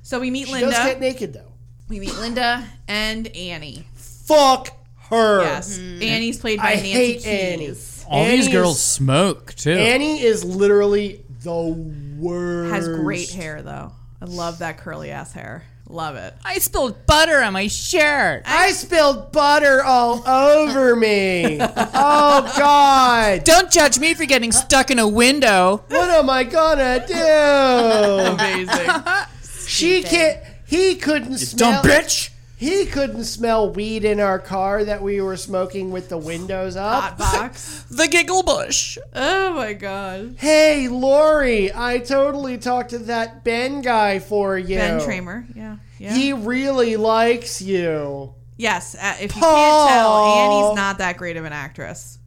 Speaker 2: So we meet
Speaker 4: she
Speaker 2: Linda.
Speaker 4: does get naked though.
Speaker 2: we meet Linda and Annie.
Speaker 4: Fuck her.
Speaker 2: Yes, Annie's played by
Speaker 4: Mm-hmm. I
Speaker 2: Nancy
Speaker 4: hate
Speaker 2: Keys.
Speaker 4: Annie.
Speaker 5: All
Speaker 4: Annie
Speaker 5: these
Speaker 4: is-
Speaker 5: girls smoke too.
Speaker 4: Annie is literally the worst.
Speaker 2: Has great hair though. I love that curly ass hair. Love it.
Speaker 5: I spilled butter on my shirt.
Speaker 4: I spilled butter all over me. oh God.
Speaker 5: Don't judge me for getting stuck in a window.
Speaker 4: What am I gonna do?
Speaker 2: Amazing.
Speaker 4: She can't. He couldn't smell.
Speaker 5: Dumb bitch.
Speaker 4: He couldn't smell weed in our car that we were smoking with the windows
Speaker 2: Hot
Speaker 4: up.
Speaker 2: box.
Speaker 5: The giggle bush.
Speaker 2: Oh my god.
Speaker 4: Hey, Lori, I totally talked to that Ben guy for you.
Speaker 2: Ben Tramer. Yeah. Yeah.
Speaker 4: He really likes you.
Speaker 2: Yes, uh, if you
Speaker 4: Paul.
Speaker 2: can't tell, Annie's not that great of an actress.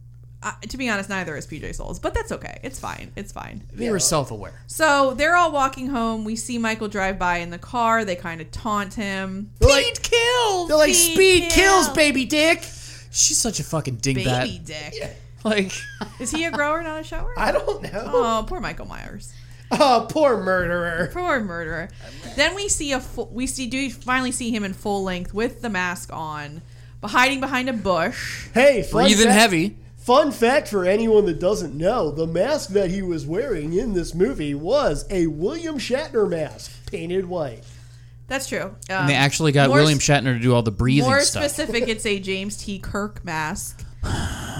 Speaker 2: Uh, to be honest, neither is PJ Souls, but that's okay. It's fine. It's fine.
Speaker 5: They were self-aware.
Speaker 2: So they're all walking home. We see Michael drive by in the car. They kind of taunt him.
Speaker 4: They're like,
Speaker 5: kills.
Speaker 4: they're like
Speaker 2: Speed
Speaker 4: speed kills,
Speaker 2: kill."
Speaker 4: baby dick.
Speaker 5: She's such a fucking dingbat.
Speaker 2: Baby dick.
Speaker 5: Like
Speaker 2: Is he a grower, not a shower?
Speaker 4: I don't know.
Speaker 2: Oh, poor Michael Myers.
Speaker 4: Oh, poor murderer.
Speaker 2: Poor murderer. Then we see a full, we see do finally see him in full length with the mask on, but hiding behind a bush.
Speaker 4: Hey, fun
Speaker 5: breathing
Speaker 4: fact-
Speaker 5: heavy.
Speaker 4: Fun fact for anyone that doesn't know, the mask that he was wearing in this movie was a William Shatner mask, painted white.
Speaker 2: That's true. Um,
Speaker 5: And they actually got
Speaker 2: more
Speaker 5: William
Speaker 2: s-
Speaker 5: Shatner to do all the breathing
Speaker 2: More
Speaker 5: stuff.
Speaker 2: specific, it's a James T. Kirk mask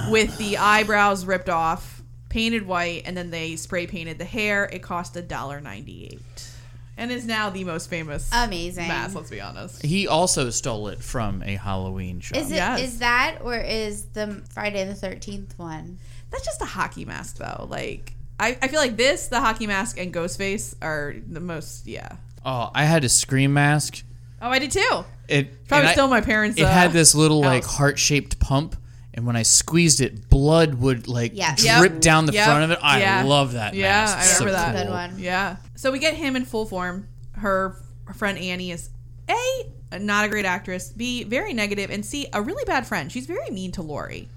Speaker 2: with the eyebrows ripped off, painted white, and then they spray painted the hair. It cost a dollar ninety eight, and is now the most famous
Speaker 3: Amazing.
Speaker 2: mask. Let's be honest.
Speaker 5: He also stole it from a Halloween show.
Speaker 3: Is it is
Speaker 2: Yes.
Speaker 3: that or is the Friday the Thirteenth one?
Speaker 2: That's just a hockey mask, though. Like I, I feel like this, the hockey mask, and Ghostface are the most. Yeah.
Speaker 5: oh, I had a scream mask.
Speaker 2: Oh, I did too.
Speaker 5: It
Speaker 2: Probably
Speaker 5: and I-
Speaker 2: still my parents.
Speaker 5: It
Speaker 2: uh,
Speaker 5: had this little like
Speaker 2: house.
Speaker 5: heart shaped pump, and when I squeezed it, blood would like
Speaker 3: Yeah.
Speaker 2: Yep.
Speaker 5: drip down the
Speaker 2: Yep.
Speaker 5: front of it. I
Speaker 2: Yeah.
Speaker 5: love that.
Speaker 2: Yeah,
Speaker 5: mask.
Speaker 2: I
Speaker 5: It's so
Speaker 2: remember that.
Speaker 5: cool.
Speaker 3: Good one.
Speaker 2: Yeah. So we get him in full form. Her, her friend Annie is a not a great actress. B, very negative, and C, a really bad friend. She's very mean to Lori.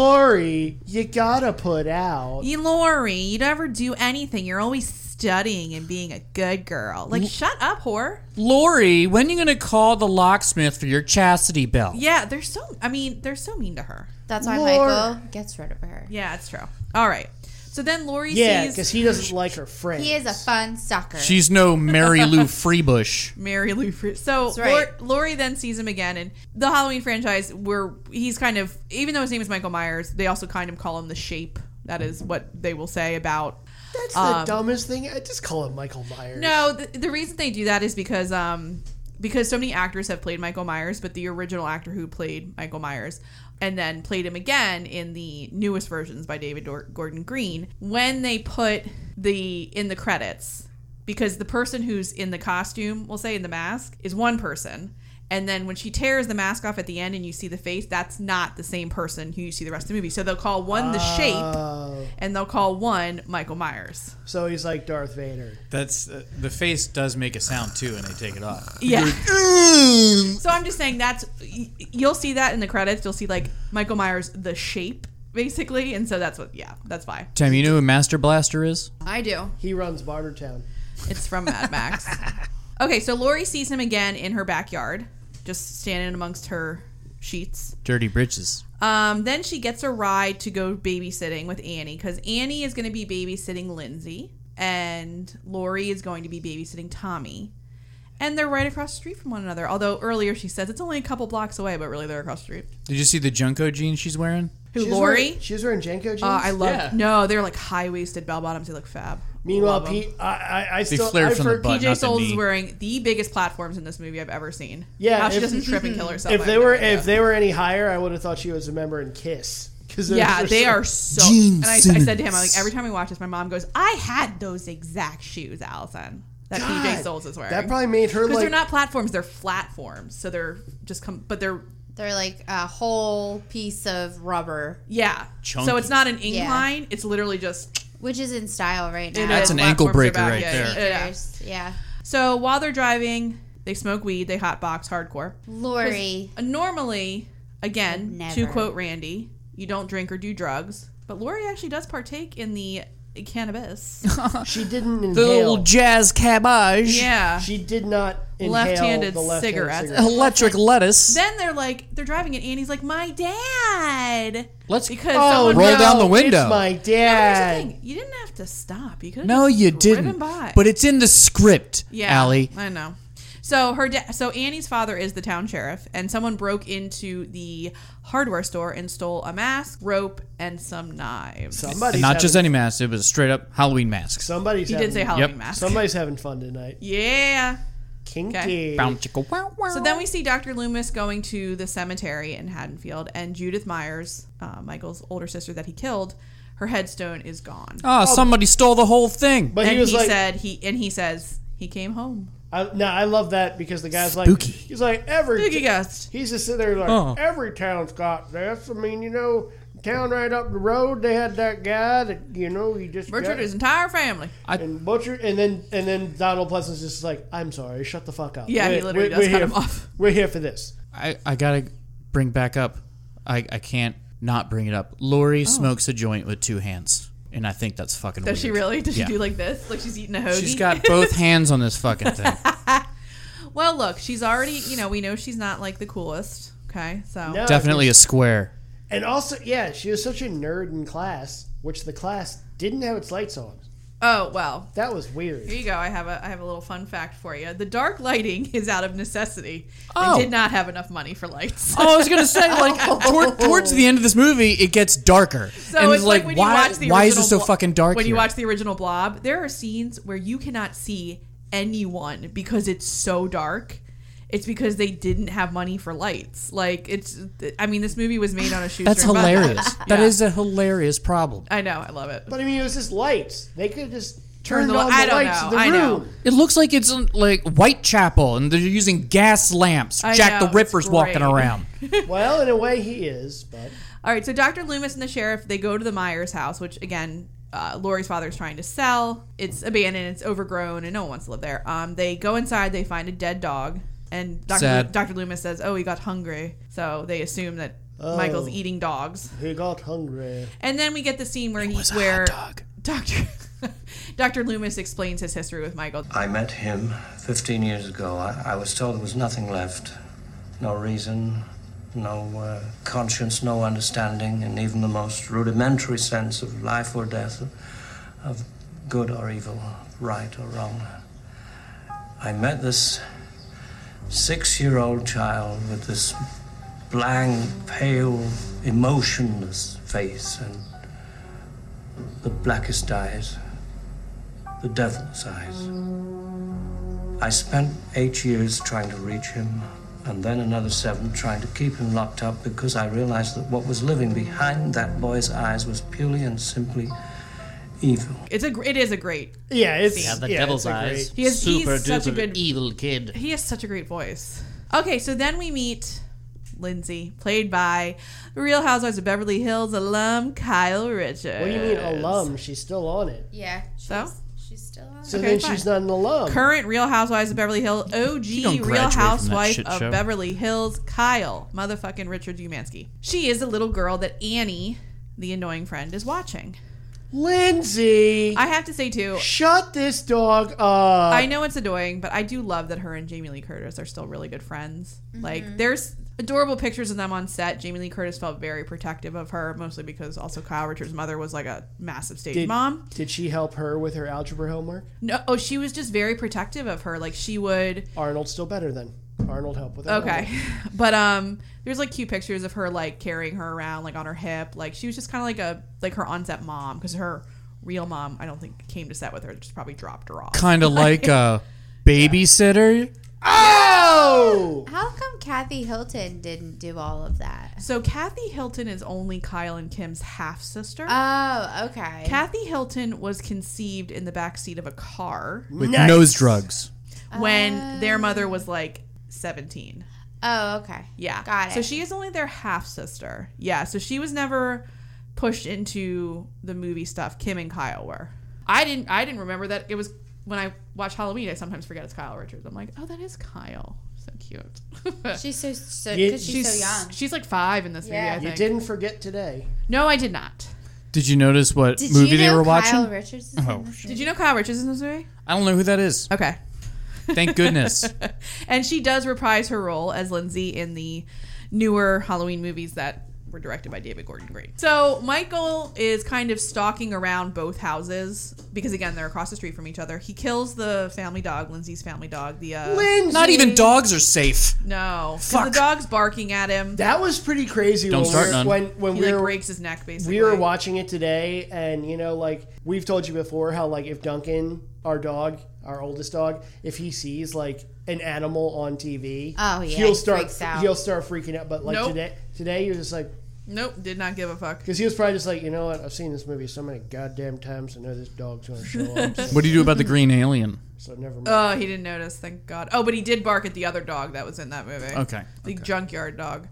Speaker 4: Lori, you gotta put out.
Speaker 2: You, E, Lori, you never do anything. You're always studying and being a good girl. Like, shut up, whore.
Speaker 5: Lori, when you gonna call the locksmith for your chastity belt?
Speaker 2: Yeah, they're so. I mean, they're so mean to her.
Speaker 3: That's why
Speaker 4: Lord.
Speaker 3: Michael gets rid of her.
Speaker 2: Yeah, it's true. All right. So then Lori
Speaker 4: Yeah, because
Speaker 2: sees
Speaker 4: he doesn't like her friends.
Speaker 3: He is a fun sucker.
Speaker 5: She's no Mary Lou Freebush.
Speaker 2: Mary Lou Fr- So
Speaker 3: right.
Speaker 2: Lor- Lori then sees him again, and the Halloween franchise, where he's kind of, even though his name is Michael Myers, they also kind of call him the Shape. That is what they will say about.
Speaker 4: That's the dumbest thing. I just call him Michael Myers.
Speaker 2: No, the, the reason they do that is because um because so many actors have played Michael Myers, but the original actor who played Michael Myers and then played him again in the newest versions by David Dor- Gordon Green when they put the in the credits because the person who's in the costume, we'll say in the mask, is one person. And then when she tears the mask off at the end and you see the face, that's not the same person who you see the rest of the movie. So they'll call one the shape
Speaker 4: Oh,
Speaker 2: and they'll call one Michael Myers.
Speaker 4: so he's like Darth Vader.
Speaker 5: That's uh, the face does make a sound too, and they take it off.
Speaker 2: Yeah. So I'm just saying that's y- you'll see that in the credits. You'll see like Michael Myers the shape basically, and so that's what. Yeah, that's why
Speaker 5: Tim, you know who Master Blaster is?
Speaker 3: I do.
Speaker 4: He runs Bartertown.
Speaker 2: it's from Mad Max. okay, so Lori sees him again in her backyard, just standing amongst her sheets.
Speaker 5: Dirty Bridges.
Speaker 2: Um, then she gets a ride to go babysitting with Annie because Annie is going to be babysitting Lindsay, and Lori is going to be babysitting Tommy. And they're right across the street from one another. Although earlier she says it's only a couple blocks away, but really they're across the street.
Speaker 5: Did you see the Junko jeans she's wearing?
Speaker 2: Who
Speaker 4: She's
Speaker 2: Lori?
Speaker 4: Wearing, she's wearing Jenko jeans.
Speaker 2: Uh, I love.
Speaker 5: Yeah.
Speaker 2: No, they're like high waisted bell bottoms. They look fab.
Speaker 4: Meanwhile,
Speaker 2: Love 'em.
Speaker 4: Pete, I, I, I still.
Speaker 5: flared
Speaker 4: I've
Speaker 5: from the
Speaker 4: heard
Speaker 5: butt.
Speaker 2: PJ
Speaker 5: not the
Speaker 2: Souls is
Speaker 5: knee.
Speaker 2: wearing the biggest platforms in this movie I've ever seen.
Speaker 4: Yeah,
Speaker 2: how she
Speaker 4: if-
Speaker 2: doesn't trip and kill herself. I
Speaker 4: If they
Speaker 2: have no
Speaker 4: were,
Speaker 2: idea.
Speaker 4: if they were any higher, I would have thought she was a member in Kiss. Because
Speaker 2: yeah, they are so.
Speaker 5: Gene
Speaker 2: and I, I said
Speaker 5: Simmons.
Speaker 2: to him, I'm like, every time we watch this, my mom goes, "I had those exact shoes, Allison." That PJ Souls is wearing.
Speaker 4: That probably made her
Speaker 2: because
Speaker 4: like.
Speaker 2: they're not platforms; they're flat forms. So they're just come, but they're
Speaker 3: They're like a whole piece of rubber,
Speaker 2: yeah. So
Speaker 5: Chunky.
Speaker 2: it's not an incline; it's literally just.
Speaker 3: which is in style right now.
Speaker 5: That's
Speaker 2: uh,
Speaker 5: an ankle
Speaker 2: platforms are
Speaker 5: breaker
Speaker 2: back.
Speaker 5: right
Speaker 2: Yeah,
Speaker 5: there.
Speaker 2: yeah, yeah.
Speaker 3: There's- yeah.
Speaker 2: So while they're driving, they smoke weed, they hotbox hardcore.
Speaker 3: Lori.
Speaker 2: Uh, Normally, again,
Speaker 3: Never.
Speaker 2: to quote Randy, you don't drink or do drugs, but Lori actually does partake in the cannabis.
Speaker 4: she didn't
Speaker 5: The
Speaker 4: inhale.
Speaker 5: little jazz cabbage.
Speaker 2: yeah.
Speaker 4: she did not inhale
Speaker 2: Left-handed
Speaker 4: the left-handed
Speaker 2: cigarettes.
Speaker 4: cigarette.
Speaker 5: Electric lettuce.
Speaker 2: Then they're like, they're driving it, and he's like, my dad.
Speaker 5: Let's
Speaker 2: Because
Speaker 4: Oh,
Speaker 2: someone
Speaker 5: Roll
Speaker 4: no,
Speaker 5: down the window.
Speaker 4: It's my
Speaker 2: Here's
Speaker 4: dad.
Speaker 2: the thing. You didn't have to stop. You could have
Speaker 5: No,
Speaker 2: just
Speaker 5: you
Speaker 2: driven
Speaker 5: didn't.
Speaker 2: By.
Speaker 5: But it's in the script, Allie.
Speaker 2: I know. So her da- so Annie's father is the town sheriff, and someone broke into the hardware store and stole a mask, rope, and some knives.
Speaker 4: Somebody's
Speaker 5: And not
Speaker 4: having,
Speaker 5: just any mask. It was straight up Halloween masks.
Speaker 4: Somebody's
Speaker 2: he
Speaker 4: having,
Speaker 2: did say Halloween
Speaker 5: Yep.
Speaker 2: mask.
Speaker 4: Somebody's having fun tonight.
Speaker 2: yeah.
Speaker 4: Kinky.
Speaker 5: Bow, chicka, wow, wow.
Speaker 2: So then we see Dr. Loomis going to the cemetery in Haddonfield, and Judith Myers, uh, Michael's older sister that he killed, her headstone is gone.
Speaker 5: Oh, somebody stole the whole thing.
Speaker 4: But
Speaker 2: and
Speaker 4: he was like,
Speaker 2: said he and he says he came home.
Speaker 4: I, "No, I love that because the guy's
Speaker 5: Spooky.
Speaker 4: like, he's like every
Speaker 2: Spooky guest.
Speaker 4: He's just sitting there like
Speaker 5: Oh.
Speaker 4: every town's got this. I mean, you know, town right up the road, they had that guy that you know he just
Speaker 2: Richard
Speaker 4: got,
Speaker 2: his entire family.
Speaker 4: and butcher, and then and then Donald Pleasant's just like, I'm sorry, shut the fuck up.
Speaker 2: Yeah, he literally does cut
Speaker 4: here,
Speaker 2: him off.
Speaker 4: We're here for this.
Speaker 5: I, I gotta bring back up. I, I can't not bring it up. Lori smokes a joint with two hands, and I think that's fucking.
Speaker 2: Oh. Does she
Speaker 5: weird.
Speaker 2: really? Does
Speaker 5: Yeah.
Speaker 2: she do like this? Like she's eating a hoagie?
Speaker 5: She's got both hands on this fucking thing.
Speaker 2: well, look, she's already. You know, we know she's not like the coolest. Okay, so
Speaker 4: No,
Speaker 5: Definitely a square.
Speaker 4: And also, yeah, she was such a nerd in class, which the class didn't have its lights on.
Speaker 2: oh well.
Speaker 4: That was weird.
Speaker 2: Here you go. I have a I have a little fun fact for you. The dark lighting is out of necessity.
Speaker 5: Oh.
Speaker 2: They did not have enough money for lights.
Speaker 5: Oh, I was gonna say, like toward, towards the end of this movie, it gets darker,
Speaker 2: So
Speaker 5: and
Speaker 2: it's like, when
Speaker 5: why?
Speaker 2: you watch the
Speaker 5: why is
Speaker 2: original
Speaker 5: it so
Speaker 2: Blo-
Speaker 5: fucking dark?
Speaker 2: When
Speaker 5: here?
Speaker 2: you watch the original Blob, there are scenes where you cannot see anyone because it's so dark. It's because they didn't have money for lights. Like it's, I mean, this movie was made on a shoestring.
Speaker 5: that's
Speaker 2: budget.
Speaker 5: hilarious. That
Speaker 2: Yeah.
Speaker 5: is a hilarious problem.
Speaker 2: I know. I love it.
Speaker 4: But I mean, it was just lights. They could have just
Speaker 2: Turn
Speaker 4: turned
Speaker 2: the
Speaker 4: on
Speaker 2: li-
Speaker 4: the
Speaker 2: I don't
Speaker 4: lights
Speaker 2: know,
Speaker 4: in the
Speaker 2: I know.
Speaker 4: room.
Speaker 5: It looks like it's uh, like Whitechapel, and they're using gas lamps.
Speaker 2: I
Speaker 5: Jack
Speaker 2: know,
Speaker 5: the Ripper's
Speaker 2: it's
Speaker 5: walking
Speaker 2: great.
Speaker 5: around.
Speaker 4: Well, in a way, he is, but
Speaker 2: All right, so Dr. Loomis and the sheriff, they go to the Myers house, which again, uh, Lori's father's trying to sell. It's abandoned, it's overgrown, and no one wants to live there. Um, they go inside, they find a dead dog, And Dr.
Speaker 5: Sad.
Speaker 2: Lu- Dr. Loomis says, "Oh, he got hungry." So they assume that Michael's
Speaker 4: Oh.
Speaker 2: eating dogs.
Speaker 4: He got hungry.
Speaker 2: And then we get the scene where he
Speaker 5: was a hot
Speaker 2: where
Speaker 5: dog.
Speaker 2: Dr. Dr. Loomis explains his history with Michael.
Speaker 7: I met him 15 years ago. I, I was told there was nothing left no reason, no uh, conscience, no understanding, and even the most rudimentary sense of life or death, of good or evil, right or wrong. I met this six year old child with this blank, pale, emotionless face and the blackest eyes, the devil's eyes. I spent eight years trying to reach him, and then another seven trying to keep him locked up because I realized that what was living behind that boy's eyes was purely and simply evil.
Speaker 2: It's a gr- it is a great.
Speaker 4: Yeah, it's
Speaker 8: Yeah, the
Speaker 4: yeah, it's
Speaker 8: devil's
Speaker 4: a great-
Speaker 8: eyes.
Speaker 2: He is- he's
Speaker 8: Super
Speaker 2: such a
Speaker 8: duper
Speaker 2: good-
Speaker 8: evil kid.
Speaker 2: He has such a great voice. Okay, so then we meet Lindsay, played by the Real Housewives of Beverly Hills alum Kyle Richards.
Speaker 4: What do you mean alum? She's still on it.
Speaker 3: Yeah. She's,
Speaker 2: So?
Speaker 3: She's still on.
Speaker 4: So
Speaker 2: Okay,
Speaker 4: then
Speaker 2: fine.
Speaker 4: she's not an alum.
Speaker 2: Current Real Housewives of Beverly Hills,
Speaker 5: don't
Speaker 2: OG Real
Speaker 5: graduate from that
Speaker 2: Housewife
Speaker 8: shit
Speaker 2: of
Speaker 8: show.
Speaker 2: Beverly Hills, Kyle, motherfucking Richard Umansky. She is the little girl that Annie, the annoying friend, is watching.
Speaker 4: Lindsay,
Speaker 2: I have to say too,
Speaker 4: shut this dog up.
Speaker 2: I know it's annoying, but I do love that her and Jamie Lee Curtis are still really good friends. Like, there's adorable pictures of them on set. Jamie Lee Curtis felt very protective of her, mostly because also Kyle Richards' mother was like a massive stage
Speaker 4: Did-
Speaker 2: mom.
Speaker 4: Did she help her with her algebra homework?
Speaker 2: No, oh, she was just very protective of her. Like, she would.
Speaker 4: Arnold's still better then. Arnold helped with her.
Speaker 2: Okay,
Speaker 4: homework.
Speaker 2: but um, there's like cute pictures of her like carrying her around like on her hip. Like she was just kind of like a like her onset mom because her real mom I don't think came to set with her. Just probably dropped her off.
Speaker 5: Kind of like a babysitter.
Speaker 4: Oh!
Speaker 3: How come Kathy Hilton didn't do all of that?
Speaker 2: So Kathy Hilton is only Kyle and Kim's half sister.
Speaker 3: Oh, okay.
Speaker 2: Kathy Hilton was conceived in the backseat of a car
Speaker 5: With nose drugs.
Speaker 2: when their mother was like 17.
Speaker 3: oh, okay.
Speaker 2: Yeah.
Speaker 3: Got it.
Speaker 2: So she is only their half sister. Yeah. So she was never pushed into the movie stuff. Kim and Kyle were. I didn't I didn't remember that it was when I watch Halloween, I sometimes forget it's Kyle Richards. I'm like, oh that is Kyle. So cute.
Speaker 3: She's so so
Speaker 4: You-
Speaker 3: because she's, so young.
Speaker 2: She's like five in this
Speaker 3: Yeah.
Speaker 2: movie,
Speaker 4: You
Speaker 2: I think.
Speaker 4: didn't forget today.
Speaker 2: No, I did not.
Speaker 5: Did you notice what
Speaker 3: Did
Speaker 5: movie
Speaker 3: you know
Speaker 5: they were
Speaker 3: Kyle
Speaker 5: watching? Oh.
Speaker 3: Richards is
Speaker 2: Uh-huh.
Speaker 3: in this
Speaker 2: Did you know Kyle Richards is in this movie?
Speaker 5: I don't know who that is.
Speaker 2: Okay.
Speaker 5: Thank goodness.
Speaker 2: and she does reprise her role as Lindsay in the newer Halloween movies that were directed by David Gordon Green. So Michael is kind of stalking around both houses because again they're across the street from each other. He kills the family dog, Lindsay's family dog. The uh,
Speaker 4: Lindsay!
Speaker 5: Not even dogs are safe.
Speaker 2: no, 'Cause the dog's barking at him.
Speaker 4: That was pretty crazy
Speaker 5: Don't
Speaker 4: when,
Speaker 5: start
Speaker 4: we were,
Speaker 5: none.
Speaker 4: when, when
Speaker 2: he
Speaker 4: we
Speaker 2: like
Speaker 4: were
Speaker 2: breaks his neck basically.
Speaker 4: we were watching it today and you know like we've told you before how like if duncan our dog our oldest dog if he sees like an animal on tv
Speaker 3: Oh, yeah,
Speaker 4: he'll
Speaker 3: he
Speaker 4: start
Speaker 3: freaks out.
Speaker 4: he'll start freaking out but like
Speaker 2: Nope.
Speaker 4: today today you're just like
Speaker 2: Nope, did not give a fuck.
Speaker 4: because he was probably just like you know what i've seen this movie so many goddamn times i know this dog's gonna show up so,
Speaker 5: What do you do about the green alien?
Speaker 4: so never mind
Speaker 2: Oh, he didn't notice. Thank God. Oh, but he did bark at the other dog that was in that movie.
Speaker 5: Okay,
Speaker 2: The junkyard dog.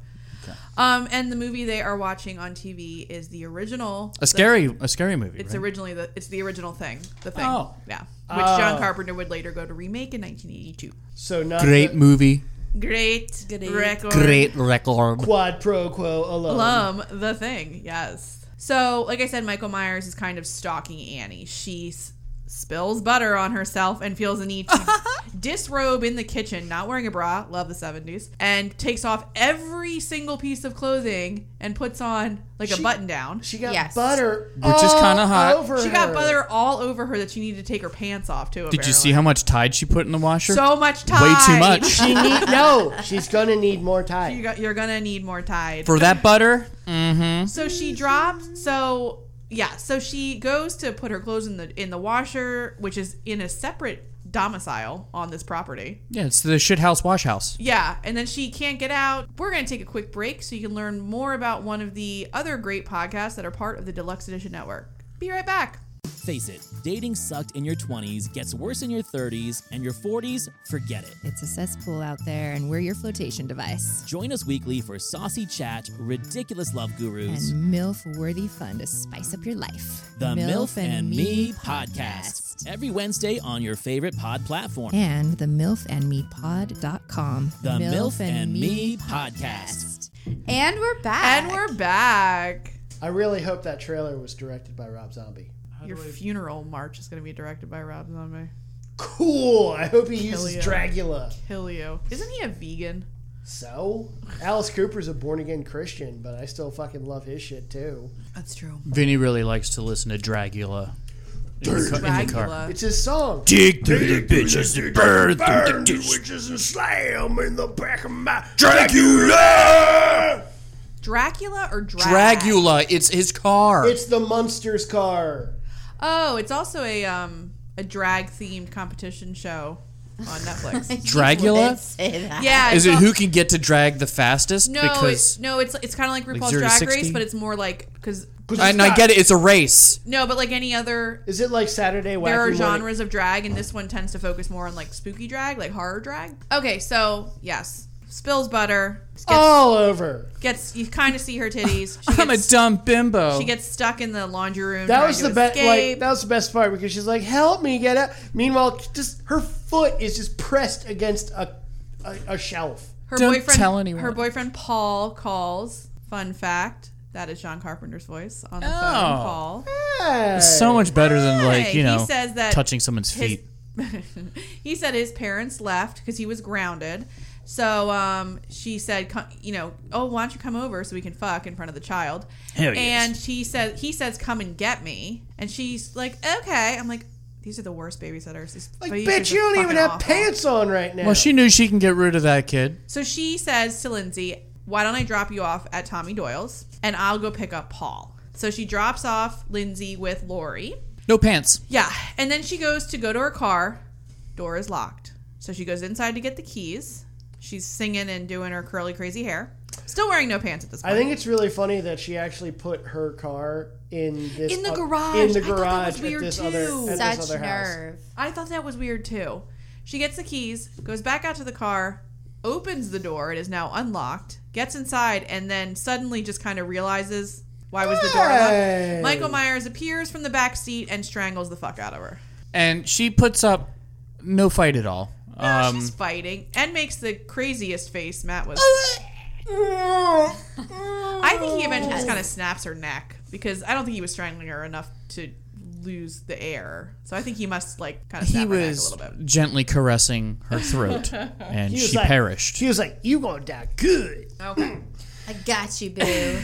Speaker 2: Um, and the movie they are watching on TV is the original.
Speaker 5: A scary, a scary movie.
Speaker 2: It's
Speaker 5: right?
Speaker 2: originally the it's the original thing. The thing.
Speaker 5: Oh.
Speaker 2: Yeah. Which John Carpenter would later go to remake in 1982.
Speaker 4: so not
Speaker 5: great
Speaker 4: the
Speaker 5: movie.
Speaker 2: Great, Great. record.
Speaker 5: record.
Speaker 4: quad pro quo alone
Speaker 2: Plum, the thing. Yes. So, like I said, Michael Myers is kind of stalking Annie. She s- spills butter on herself and feels the need to disrobe in the kitchen, not wearing a bra. Love the 70s. And takes off every single piece of clothing and puts on like a button down.
Speaker 4: she got
Speaker 3: Yes.
Speaker 4: butter
Speaker 5: Which is kinda
Speaker 4: all
Speaker 5: hot.
Speaker 4: over
Speaker 2: She got
Speaker 4: her.
Speaker 2: butter all over her that she needed to take her pants off too.
Speaker 5: Did you see
Speaker 2: apparently.
Speaker 5: how much Tide she put in the washer?
Speaker 2: So much time.
Speaker 5: Way too much.
Speaker 4: she need no she's gonna need more
Speaker 2: You
Speaker 4: time
Speaker 2: got, you're gonna need more Tide.
Speaker 5: For that butter,
Speaker 2: so she drops. So yeah. So she goes to put her clothes in the in the washer, which is in a separate domicile on this property.
Speaker 5: yeah, it's the shit house wash house.
Speaker 2: Yeah, and then she can't get out. We're going to take a quick break so you can learn more about one of the other great podcasts that are part of the Deluxe Edition Network. Be right back.
Speaker 8: Face it, dating sucked in your 20s, gets worse in your 30s, and your 40s, forget it.
Speaker 9: It's a cesspool out there, and we're your flotation device.
Speaker 8: Join us weekly for saucy chat, ridiculous love gurus,
Speaker 9: And MILF worthy fun to spice up your life.
Speaker 8: the MILF and Me podcast. Every Wednesday on your favorite pod platform.
Speaker 9: And the MILF and Me pod.com.
Speaker 8: The MILF and Me podcast.
Speaker 3: And we're back.
Speaker 2: And we're back.
Speaker 4: I really hope that trailer was directed by Rob Zombie.
Speaker 2: Your funeral march is going to be directed by Rob Zombie.
Speaker 4: Cool. I hope he uses
Speaker 2: yeah.
Speaker 4: Dracula.
Speaker 2: Kill you. Isn't he a vegan?
Speaker 4: So, Alice Cooper's a born again Christian, but I still fucking love his shit too.
Speaker 2: That's true.
Speaker 5: Vinny really likes to listen to Dragula. In the, ca- in the car.
Speaker 2: Dracula.
Speaker 4: It's his song.
Speaker 5: Dig through the bitches and burn through the ditch.
Speaker 6: Witches and slam in the back of my Dracula!
Speaker 2: Dracula or Drag?
Speaker 5: Dragula, it's his car.
Speaker 4: It's the Munsters car.
Speaker 2: Oh, it's also a um a drag themed competition show on Netflix.
Speaker 5: Dragula?
Speaker 2: yeah. it's
Speaker 5: Is it
Speaker 2: all-
Speaker 5: who can get to drag the fastest?
Speaker 2: No,
Speaker 5: because
Speaker 2: it, no, it's it's kind of like RuPaul's
Speaker 5: zero to
Speaker 2: Drag
Speaker 5: 60?
Speaker 2: Race, but it's more like because
Speaker 5: and I get it. It's a race.
Speaker 2: no, but like any other,
Speaker 4: Is it like Saturday Wacky
Speaker 2: there are
Speaker 4: Morning?
Speaker 2: genres of drag, and this one tends to focus more on like spooky drag, like horror drag. Okay, so yes, spills butter, gets,
Speaker 4: all over?
Speaker 2: gets you kind of see her titties. She
Speaker 5: I'm a
Speaker 2: gets,
Speaker 5: dumb bimbo.
Speaker 2: she gets stuck in the laundry room.
Speaker 4: That
Speaker 2: trying
Speaker 4: was
Speaker 2: to
Speaker 4: the best. Like
Speaker 2: escape.
Speaker 4: that was the best part because she's like, "Help me get out." Meanwhile, just her foot is just pressed against a a, a shelf.
Speaker 2: Her
Speaker 5: Don't
Speaker 2: boyfriend,
Speaker 5: tell anyone.
Speaker 2: Her boyfriend Paul calls. Fun fact: that is John Carpenter's voice on the
Speaker 5: Oh.
Speaker 2: phone. Paul.
Speaker 4: Hey.
Speaker 5: so much better than like
Speaker 2: Hey,
Speaker 5: you know
Speaker 2: he says that
Speaker 5: touching someone's
Speaker 2: his-
Speaker 5: feet.
Speaker 2: he said his parents left because he was grounded. So um, she said, co- you know, oh, why don't you come over so we can fuck in front of the child?
Speaker 5: Hell yes.
Speaker 2: And she says, he says, come and get me. And she's like, okay. I'm like, these are the worst babysitters. These
Speaker 4: Like,
Speaker 2: babysitters
Speaker 4: bitch,
Speaker 2: are
Speaker 4: you don't even
Speaker 2: fucking
Speaker 4: have
Speaker 2: awful."
Speaker 4: pants on right now.
Speaker 5: Well, she knew she can get rid of that kid.
Speaker 2: So she says to Lindsay, Why don't I drop you off at Tommy Doyle's and I'll go pick up Paul? So she drops off Lindsay with Lori.
Speaker 5: No pants.
Speaker 2: Yeah. And then she goes to go to her car. Door is locked. So she goes inside to get the keys. She's singing and doing her curly, crazy hair. Still wearing no pants at this
Speaker 4: I
Speaker 2: point.
Speaker 4: think it's really funny that she actually put her car in this
Speaker 2: In the
Speaker 4: oth-
Speaker 2: garage.
Speaker 4: in the
Speaker 2: I thought that
Speaker 4: garage
Speaker 2: was weird,
Speaker 4: at this
Speaker 2: too.
Speaker 4: other at this
Speaker 3: Such
Speaker 4: other house.
Speaker 3: nerve.
Speaker 2: I thought that was weird too. She gets the keys, goes back out to the car, opens the door, it is now unlocked, gets inside, and then suddenly just kind of realizes why was the door
Speaker 4: Hey.
Speaker 2: locked. Michael Myers appears from the back seat and strangles the fuck out of her.
Speaker 5: And she puts up no fight at all.
Speaker 2: Now
Speaker 5: um,
Speaker 2: she's fighting and makes the craziest face Matt was.
Speaker 5: Uh,
Speaker 2: I think he eventually just kind of snaps her neck because I don't think he was strangling her enough to lose the air. So I think he must like kind of snap
Speaker 5: he
Speaker 2: her
Speaker 5: was
Speaker 2: neck a little bit.
Speaker 5: gently caressing her throat, and
Speaker 4: He was
Speaker 5: she
Speaker 4: like-
Speaker 5: perished.
Speaker 4: She was like, "You gonna die good."
Speaker 3: I got you, boo.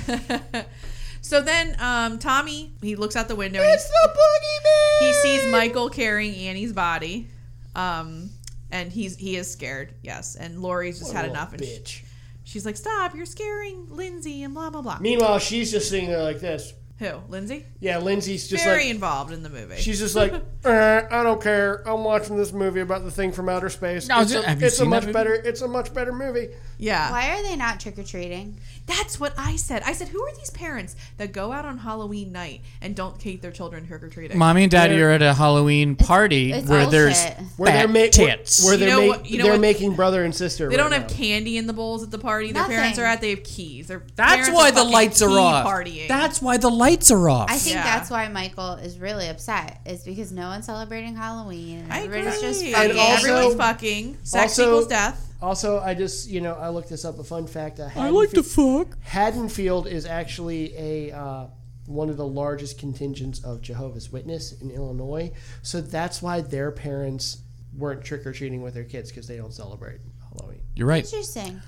Speaker 2: So then um, Tommy, he looks out the window and
Speaker 4: It's
Speaker 2: he,
Speaker 4: the boogeyman.
Speaker 2: he sees Michael carrying Annie's body. Um, and he's he is scared, yes. And Lori's just had
Speaker 4: Little
Speaker 2: enough and she-
Speaker 4: bitch.
Speaker 2: she's like, Stop, you're scaring Lindsay and blah blah blah.
Speaker 4: Meanwhile, she's just sitting there like this.
Speaker 2: Who? Lindsay?
Speaker 4: Yeah, Lindsay's just
Speaker 2: Very
Speaker 4: like
Speaker 2: involved in the movie.
Speaker 4: she's just like, "Eh, I don't care. I'm watching this movie about the thing from outer space.
Speaker 5: No,
Speaker 4: it's
Speaker 5: just-
Speaker 4: a,
Speaker 5: have you
Speaker 4: it's a
Speaker 5: seen that
Speaker 4: much
Speaker 5: movie?
Speaker 4: better. It's a much better movie.
Speaker 2: yeah.
Speaker 3: Why are they not trick or treating?
Speaker 2: That's what I said. I said, Who are these parents that go out on Halloween night and don't take their children trick or treating?
Speaker 5: Mommy and Daddy are at a Halloween party
Speaker 3: it's
Speaker 5: where
Speaker 3: bullshit.
Speaker 5: there's
Speaker 4: Where they're
Speaker 5: fat
Speaker 4: ma-
Speaker 5: tits.
Speaker 4: Where, where
Speaker 2: You
Speaker 4: they're
Speaker 2: know
Speaker 4: ma-
Speaker 2: what- you know
Speaker 4: they're
Speaker 2: what-
Speaker 4: making brother and sister.
Speaker 2: They don't have candy in the bowls at the party. Their
Speaker 3: Nothing.
Speaker 2: parents are at. They have keys. Their
Speaker 5: That's
Speaker 2: parents
Speaker 5: why the
Speaker 2: fucking
Speaker 5: lights
Speaker 2: key
Speaker 5: are off.
Speaker 2: Partying.
Speaker 5: That's why the lights are off.
Speaker 3: I think
Speaker 2: Yeah.
Speaker 3: that's why Michael is really upset. Is because no one's celebrating Halloween. And
Speaker 2: I agree.
Speaker 3: everybody's just
Speaker 2: And
Speaker 3: fucking.
Speaker 4: also-
Speaker 2: everyone's fucking. Sex
Speaker 4: Also-
Speaker 2: equals death.
Speaker 4: Also, I just you know I looked this up. A fun fact. I,
Speaker 5: I like to
Speaker 4: Haddonfield-
Speaker 5: fuck.
Speaker 4: Haddonfield is actually a uh, one of the largest contingents of Jehovah's Witness in Illinois. So that's why their parents weren't trick or treating with their kids because they don't celebrate Halloween.
Speaker 5: You're right.
Speaker 3: Interesting.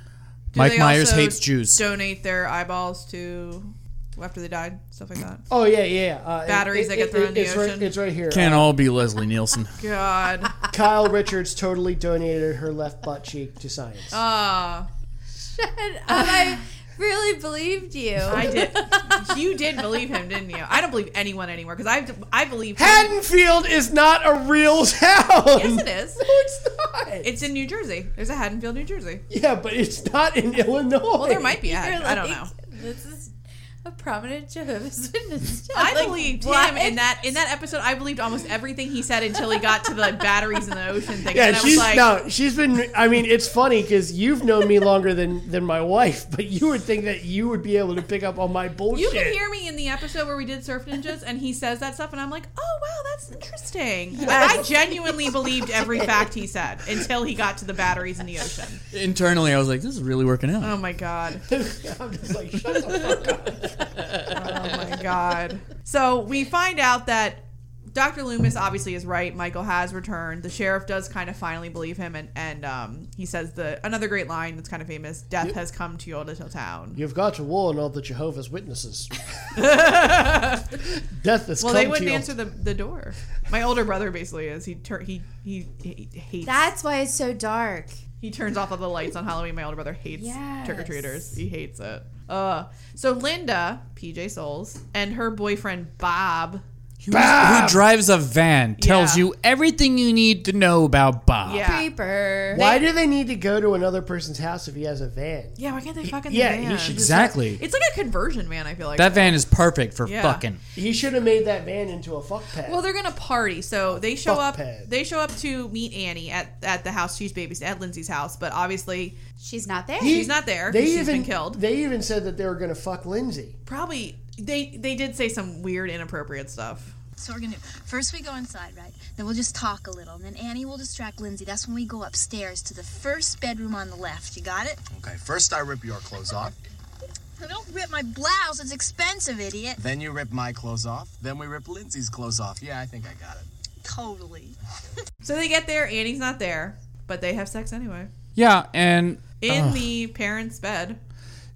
Speaker 2: Do
Speaker 5: Mike
Speaker 2: they
Speaker 5: Myers
Speaker 2: also
Speaker 5: hates Jews.
Speaker 2: Donate their eyeballs to after they died, stuff like that.
Speaker 4: Oh yeah, yeah. yeah. Uh,
Speaker 2: Batteries that get thrown in the
Speaker 4: it's Right,
Speaker 2: ocean.
Speaker 4: it's right here. Uh,
Speaker 5: Can't all be Leslie Nielsen.
Speaker 2: God,
Speaker 4: Kyle Richards totally donated her left butt cheek to science.
Speaker 2: Ah,
Speaker 3: I really believed you.
Speaker 2: I did. You did believe him, didn't you? I don't believe anyone anymore because I I believe. him.
Speaker 4: Haddonfield is not a real town.
Speaker 2: Yes, it is.
Speaker 4: It's not.
Speaker 2: It's in New Jersey. There's a Haddonfield, New Jersey.
Speaker 4: yeah, but it's not in Illinois.
Speaker 2: Well, there might be. a Haddon- I don't know.
Speaker 3: This is. a prominent Jehovah's Witness.
Speaker 2: I
Speaker 3: Like,
Speaker 2: believed
Speaker 3: what?
Speaker 2: him in that in that episode. I believed almost everything he said until he got to the like, batteries in the ocean thing.
Speaker 4: Yeah,
Speaker 2: and I
Speaker 4: she's
Speaker 2: was like,
Speaker 4: no, she's been. I mean, it's funny because you've known me longer than than my wife, but you would think that you would be able to pick up on my bullshit.
Speaker 2: You can hear me in the episode where we did Surf Ninjas, and he says that stuff, and I'm like, oh, wow, that's interesting. I I genuinely believed every fact he said until he got to the batteries in the ocean.
Speaker 5: Internally, I was like, this is really working out.
Speaker 2: Oh my God.
Speaker 4: I'm just like, shut the fuck up.
Speaker 2: Oh my God. So we find out that Dr. Loomis obviously is right. Michael has returned. The sheriff does kind of finally believe him, and, and um, he says the another great line that's kind of famous Death has come to your little town.
Speaker 4: You've got to warn all the Jehovah's Witnesses. Death is
Speaker 2: Well,
Speaker 4: come
Speaker 2: they wouldn't
Speaker 4: to your-
Speaker 2: answer the, the door. My older brother basically is. He, tur- he, he, he hates
Speaker 3: That's why it's so dark.
Speaker 2: He turns off all the lights on Halloween. My older brother hates
Speaker 3: Yes.
Speaker 2: trick or treaters. He hates it. Uh, so Linda, PJ Souls, and her boyfriend Bob.
Speaker 5: Who- Who drives a van tells
Speaker 2: Yeah.
Speaker 5: you everything you need to know about Bob.
Speaker 2: Yeah.
Speaker 3: Creeper.
Speaker 4: Why do they need to go to another person's house if he has a van?
Speaker 2: Yeah, why can't they fucking
Speaker 4: Yeah,
Speaker 2: van?
Speaker 4: he should. just-
Speaker 5: Exactly.
Speaker 2: It's like a conversion van. I feel like
Speaker 5: that van is perfect for
Speaker 2: Yeah.
Speaker 5: fucking.
Speaker 4: He should have made that van into a fuck pad.
Speaker 2: Well, they're gonna party, so they show
Speaker 4: Fuck
Speaker 2: up.
Speaker 4: pad.
Speaker 2: They show up to meet Annie at at the house she's babysitting at Lindsay's house, but obviously
Speaker 3: She's not there.
Speaker 2: she's not there. 'cause
Speaker 4: They
Speaker 2: She's
Speaker 4: even
Speaker 2: been killed.
Speaker 4: They even said that they were going to fuck Lindsay.
Speaker 2: Probably they they did say some weird inappropriate stuff.
Speaker 10: So we're gonna first we go inside, right? Then we'll just talk a little, and then Annie will distract Lindsay. That's when we go upstairs to the first bedroom on the left. You got it?
Speaker 6: Okay, first I rip your clothes off,
Speaker 10: I don't rip my blouse. It's expensive, idiot.
Speaker 6: then you rip my clothes off, then we rip Lindsay's clothes off. Yeah, I think I got it.
Speaker 10: Totally.
Speaker 2: So they get there. Annie's not there, but they have sex anyway.
Speaker 5: Yeah, and
Speaker 2: in the parents' bed.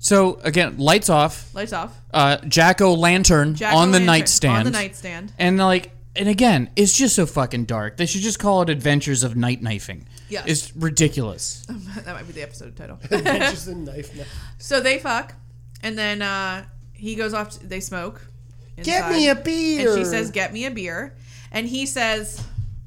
Speaker 5: so again, lights off,
Speaker 2: Lights off.
Speaker 5: uh, jack o' lantern
Speaker 2: Jack
Speaker 5: on the
Speaker 2: O'Lantern
Speaker 5: nightstand.
Speaker 2: On the nightstand.
Speaker 5: And like, and again, it's just so fucking dark. They should just call it Adventures of Night Knifing.
Speaker 2: Yes.
Speaker 5: It's ridiculous.
Speaker 2: that might be the episode title.
Speaker 4: Just a knife. knife.
Speaker 2: so they fuck, and then uh, he goes off. To, they smoke.
Speaker 4: Get
Speaker 2: inside.
Speaker 4: me a beer.
Speaker 2: And she says, "Get me a beer," and he says,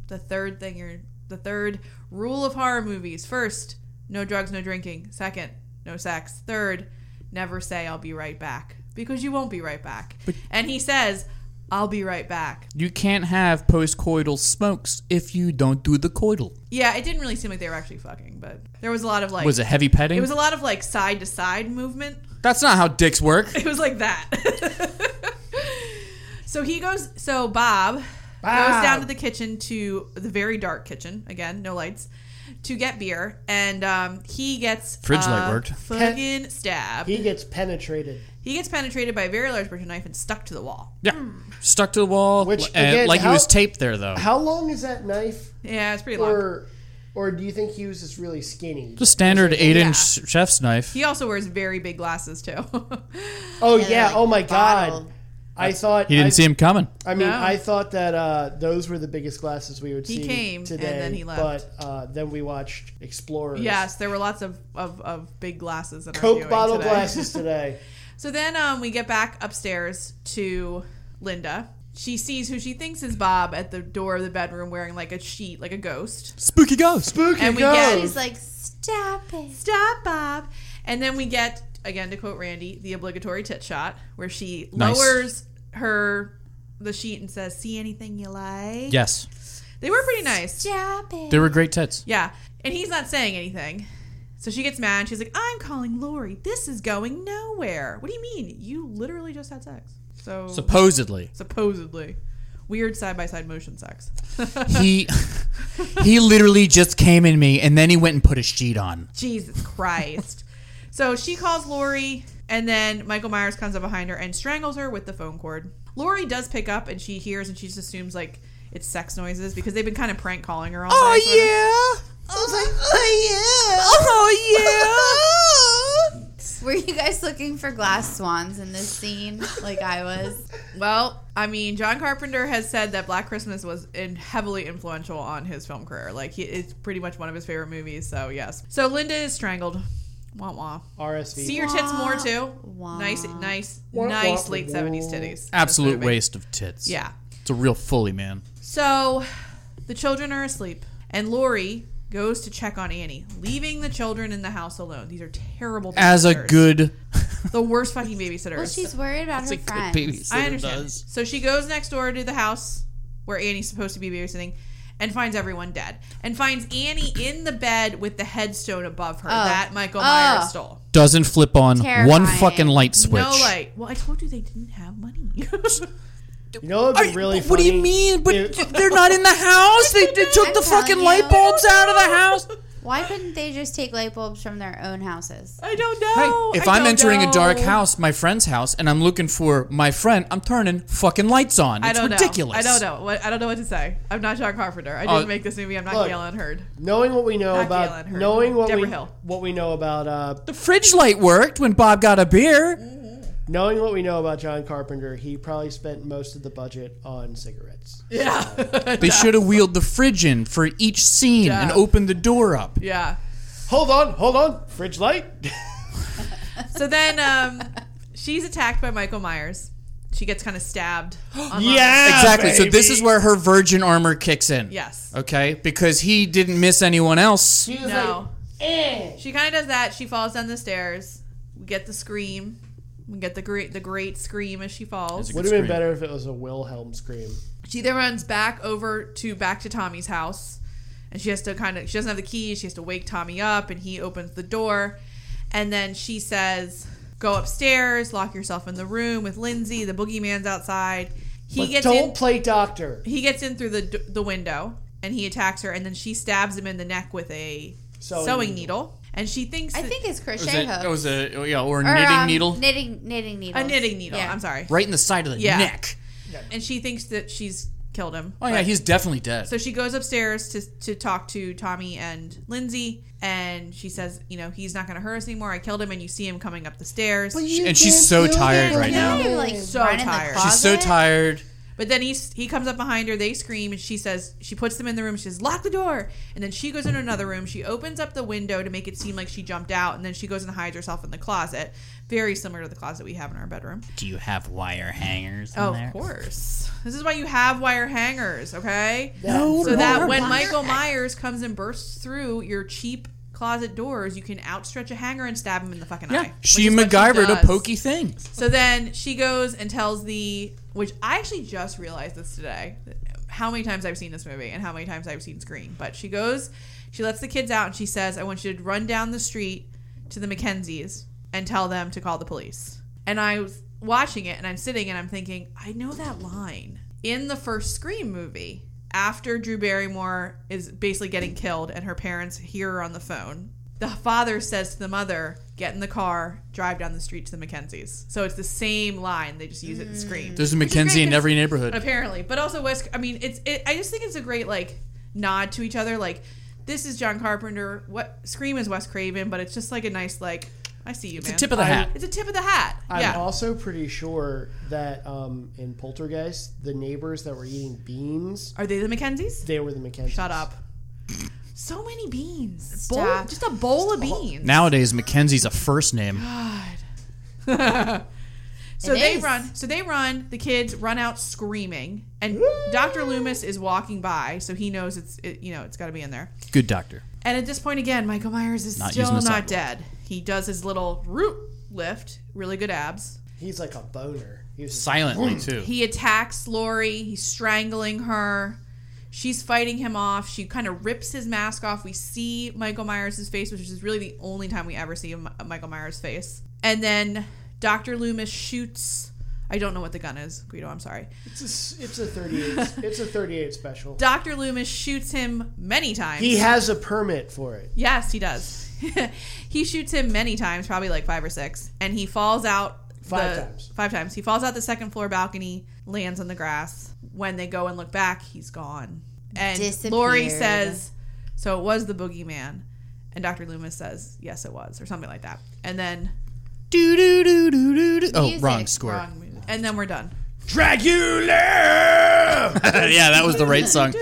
Speaker 2: "The third thing you're the third rule of horror movies: first, no drugs, no drinking. Second, no sex. Third, never say I'll be right back because you won't be right back." and he says, "I'll be right back."
Speaker 5: You can't have postcoital smokes if you don't do the coital.
Speaker 2: Yeah, it didn't really seem like they were actually fucking, but there was a lot of like
Speaker 5: Was it heavy petting?
Speaker 2: It was a lot of like side to side movement.
Speaker 5: That's not how dicks work.
Speaker 2: It was like that. so he goes. So Bob, goes down to the kitchen to the very dark kitchen again, no lights, to get beer, and um, he gets
Speaker 5: Fridge light
Speaker 2: uh,
Speaker 5: worked.
Speaker 2: Fucking stabbed.
Speaker 4: he gets penetrated.
Speaker 2: He gets penetrated by a very large butcher knife and stuck to the wall.
Speaker 5: Yeah. Stuck to the wall.
Speaker 4: Which,
Speaker 5: and-
Speaker 4: again,
Speaker 5: like
Speaker 4: how-
Speaker 5: he was taped there, though.
Speaker 4: How long is that knife?
Speaker 2: Yeah, it's pretty long.
Speaker 4: Or, or do you think he was just really skinny?
Speaker 5: Just standard eight inch chef's knife.
Speaker 2: He also wears very big glasses too.
Speaker 4: oh
Speaker 3: they're,
Speaker 4: yeah.
Speaker 3: like,
Speaker 4: oh my god.
Speaker 3: bottled.
Speaker 4: I thought
Speaker 5: He didn't
Speaker 4: I,
Speaker 5: see him coming.
Speaker 4: I mean,
Speaker 2: No.
Speaker 4: I thought that uh, those were the biggest glasses we would see
Speaker 2: came, and
Speaker 4: today.
Speaker 2: then he left.
Speaker 4: But uh, then we watched Explorers.
Speaker 2: yes, there were lots of, of, of big glasses. In our
Speaker 4: Coke
Speaker 2: viewing
Speaker 4: bottle
Speaker 2: today.
Speaker 4: glasses today.
Speaker 2: So then um, we get back upstairs to Linda. She sees who she thinks is Bob at the door of the bedroom wearing like a sheet, like a ghost.
Speaker 5: Spooky ghost.
Speaker 4: Spooky
Speaker 2: And we
Speaker 4: ghost.
Speaker 2: get-
Speaker 3: She's like, stop it.
Speaker 2: Stop, Bob. And then we get, again to quote Randy, the obligatory tit shot where she
Speaker 5: Nice.
Speaker 2: lowers her the sheet and says, See anything you like?
Speaker 5: Yes.
Speaker 2: They were pretty nice.
Speaker 3: Stop it.
Speaker 5: They were great tits.
Speaker 2: Yeah. And he's not saying anything. So she gets mad. She's like, I'm calling Lori. This is going nowhere. What do you mean? You literally just had sex. So
Speaker 5: Supposedly.
Speaker 2: supposedly weird side by side motion sex.
Speaker 5: he he literally just came in me and then he went and put a sheet on.
Speaker 2: Jesus Christ. so she calls Lori, and then Michael Myers comes up behind her and strangles her with the phone cord. Lori does pick up, and she hears, and she just assumes like it's sex noises because they've been kind of prank calling her all
Speaker 5: Oh,
Speaker 2: day. sort of.
Speaker 5: I was like,
Speaker 2: oh,
Speaker 5: oh yeah. Oh yeah.
Speaker 3: Were you guys looking for glass swans in this scene? Like I was.
Speaker 2: Well, I mean, John Carpenter has said that Black Christmas was in heavily influential on his film career. Like, he, it's pretty much one of his favorite movies. So, yes. So, Linda is strangled. Wah wah.
Speaker 4: RSV.
Speaker 2: See your tits more too. Nice, nice, nice late seventies titties.
Speaker 5: Absolute
Speaker 2: That's what I mean.
Speaker 5: waste of tits.
Speaker 2: Yeah.
Speaker 5: It's a real fully man.
Speaker 2: So the children are asleep, and Lori goes to check on Annie, leaving the children in the house alone. These are terrible.
Speaker 5: As a
Speaker 2: babysitters.
Speaker 5: good
Speaker 2: the worst fucking babysitter.
Speaker 3: Well, she's worried about
Speaker 2: That's
Speaker 3: her
Speaker 2: a good
Speaker 3: friends.
Speaker 2: I understand. So she goes next door to the house where Annie's supposed to be babysitting and finds everyone dead and finds Annie in the bed with the headstone above her
Speaker 3: Oh.
Speaker 2: that Michael
Speaker 3: Oh.
Speaker 2: Myers stole.
Speaker 5: Doesn't flip on one
Speaker 2: Terrifying.
Speaker 5: fucking light switch.
Speaker 2: No light. Well, I told you they didn't have money.
Speaker 4: You know what would be really funny?
Speaker 5: what do you mean? But they're not in the house. They, they took
Speaker 3: I'm
Speaker 5: the
Speaker 3: telling
Speaker 5: fucking
Speaker 3: you.
Speaker 5: light bulbs out of the house.
Speaker 3: Why couldn't they just take light bulbs from their own houses?
Speaker 2: I don't
Speaker 3: know.
Speaker 5: If I'm entering a dark house, my friend's house, and I'm looking for my friend, I'm turning fucking lights on. It's
Speaker 2: I don't
Speaker 5: ridiculous.
Speaker 2: know. I don't know. What, I don't know what to say. I'm not John Carpenter. I didn't
Speaker 5: Uh,
Speaker 2: make this movie. I'm not
Speaker 4: look,
Speaker 2: Galen Hurd.
Speaker 4: Knowing what we know
Speaker 2: Not
Speaker 4: about
Speaker 2: Galen Hurd.
Speaker 4: knowing what
Speaker 2: Deborah
Speaker 4: we
Speaker 2: Hill.
Speaker 4: what we know about uh,
Speaker 5: The fridge light worked when Bob got a beer.
Speaker 4: knowing what we know about John Carpenter, he probably spent most of the budget on cigarettes.
Speaker 5: They should have wheeled the fridge in for each scene and
Speaker 2: Yeah.
Speaker 5: opened the door up.
Speaker 2: Yeah.
Speaker 4: Hold on, hold on, fridge light.
Speaker 2: So then um, she's attacked by Michael Myers. She gets kind of stabbed. on
Speaker 4: Yeah,
Speaker 5: Exactly. So this
Speaker 4: baby.
Speaker 5: is where her virgin armor kicks in.
Speaker 2: Yes.
Speaker 5: Okay? Because he didn't miss anyone else.
Speaker 4: He was like,
Speaker 2: No. She kind of does that. She falls down the stairs. We get the scream. We get the great the great scream as she falls.
Speaker 4: would have been better if it was a Wilhelm scream.
Speaker 2: She then runs back over to back to Tommy's house, and she has to kind of she doesn't have the keys. She has to wake Tommy up, and he opens the door, and then she says, "Go upstairs, lock yourself in the room with Lindsay. The boogeyman's outside." He
Speaker 4: But
Speaker 2: gets
Speaker 4: don't
Speaker 2: in,
Speaker 4: play doctor.
Speaker 2: he gets in through the d- the window, and he attacks her, and then she stabs him in the neck with a
Speaker 4: Sewing
Speaker 2: sewing,
Speaker 4: needle.
Speaker 2: needle. and she thinks
Speaker 3: I
Speaker 2: that-
Speaker 3: think it's
Speaker 5: It was
Speaker 3: crochet
Speaker 5: a, it
Speaker 2: oh,
Speaker 3: hook.
Speaker 5: was a yeah, or
Speaker 3: Or,
Speaker 5: a knitting
Speaker 3: um,
Speaker 5: needle.
Speaker 3: Knitting knitting needle.
Speaker 2: a knitting needle.
Speaker 3: Yeah.
Speaker 2: I'm sorry.
Speaker 5: right in the side of the
Speaker 2: Yeah.
Speaker 5: neck.
Speaker 2: And she thinks that she's killed him.
Speaker 5: Oh yeah, he's definitely dead.
Speaker 2: So she goes upstairs to, to talk to Tommy and Lindsay, and she says, You know, he's not going to hurt us anymore. I killed him, and you see him coming up the stairs. But,
Speaker 5: and she's so tired right now.
Speaker 3: Kind of, like
Speaker 2: So
Speaker 3: run in the
Speaker 2: tired.
Speaker 5: She's so
Speaker 3: closet.
Speaker 5: tired.
Speaker 2: then he's, he comes up behind her, they scream, and she says, She puts them in the room, she says, Lock the door. And then she goes in another room. She opens up the window to make it seem like she jumped out, and then she goes and hides herself in the closet. Very similar to the closet we have in our bedroom.
Speaker 8: Do you have wire hangers in
Speaker 2: Oh,
Speaker 8: there?
Speaker 2: of course. This is why you have wire hangers, okay?
Speaker 4: No,
Speaker 2: so that when Michael Myers comes and bursts through your cheap closet doors, you can outstretch a hanger and stab him in the fucking eye.
Speaker 5: Yeah,
Speaker 2: which
Speaker 5: she
Speaker 2: is what
Speaker 5: MacGyvered a
Speaker 2: does.
Speaker 5: pokey thing.
Speaker 2: So then she goes and tells the, which I actually just realized this today, how many times I've seen this movie and how many times I've seen Scream. But she goes, she lets the kids out and she says, I want you to run down the street to the Mackenzies and tell them to call the police. And I was watching it and I'm sitting and I'm thinking, I know that line in the first Scream movie. After Drew Barrymore is basically getting killed and her parents hear her on the phone, the father says to the mother, "Get in the car, drive down the street to the Mackenzies." So it's the same line; they just use it in Scream.
Speaker 5: There's a
Speaker 2: Which is great
Speaker 5: Mm. Mackenzie in
Speaker 2: 'cause-
Speaker 5: every neighborhood.
Speaker 2: apparently. But also West. I mean, it's. It, I just think it's a great like nod to each other. Like this is John Carpenter. What Scream is Wes Craven, but it's just like a nice like. I see you,
Speaker 5: It's
Speaker 2: man.
Speaker 5: a tip of the hat.
Speaker 2: It's a tip of the hat.
Speaker 4: I'm
Speaker 2: yeah.
Speaker 4: also pretty sure that um, in Poltergeist, the neighbors that were eating beans,
Speaker 2: Are they the Mackenzies?
Speaker 4: they were the McKenzie.
Speaker 2: Shut up. So many beans. Bowl,
Speaker 3: Stop.
Speaker 2: just a bowl of beans.
Speaker 5: Nowadays, Mackenzie's a first name.
Speaker 2: So
Speaker 3: It
Speaker 2: they
Speaker 3: is.
Speaker 2: run. So they run. The kids run out screaming, and Doctor Loomis is walking by, so he knows it's it, you know it's got to be in there.
Speaker 5: Good doctor.
Speaker 2: And at this point, again, Michael Myers is
Speaker 5: Not
Speaker 2: still
Speaker 5: using the
Speaker 2: not
Speaker 5: sidewalk.
Speaker 2: dead. He does his little root lift, really good abs.
Speaker 4: He's like a boner. He was
Speaker 5: Silently
Speaker 4: Mm.
Speaker 5: too.
Speaker 2: He attacks Lori. He's strangling her. She's fighting him off. She kind of rips his mask off. We see Michael Myers' face, which is really the only time we ever see a Mi- a Michael Myers' face. And then Dr. Loomis shoots. I don't know what the gun is, Guido. I'm sorry.
Speaker 4: It's a, s- it's a 38. it's a 38 special.
Speaker 2: Dr. Loomis shoots him many times.
Speaker 4: He has a permit for it.
Speaker 2: Yes, he does. he shoots him many times, probably like five or six, and he falls out
Speaker 4: Five
Speaker 2: the-
Speaker 4: times.
Speaker 2: Five times. He falls out the second floor balcony, lands on the grass. When they go and look back, he's gone. And Lori
Speaker 3: Disappeared.
Speaker 2: says, "So it was the boogeyman." And Dr. Loomis says, "Yes, it was," or something like that. And then,
Speaker 5: Do do do do do do. Oh,
Speaker 3: Music.
Speaker 5: wrong score.
Speaker 2: wrong- and then we're done.
Speaker 6: Dracula!
Speaker 5: yeah, that was the right song.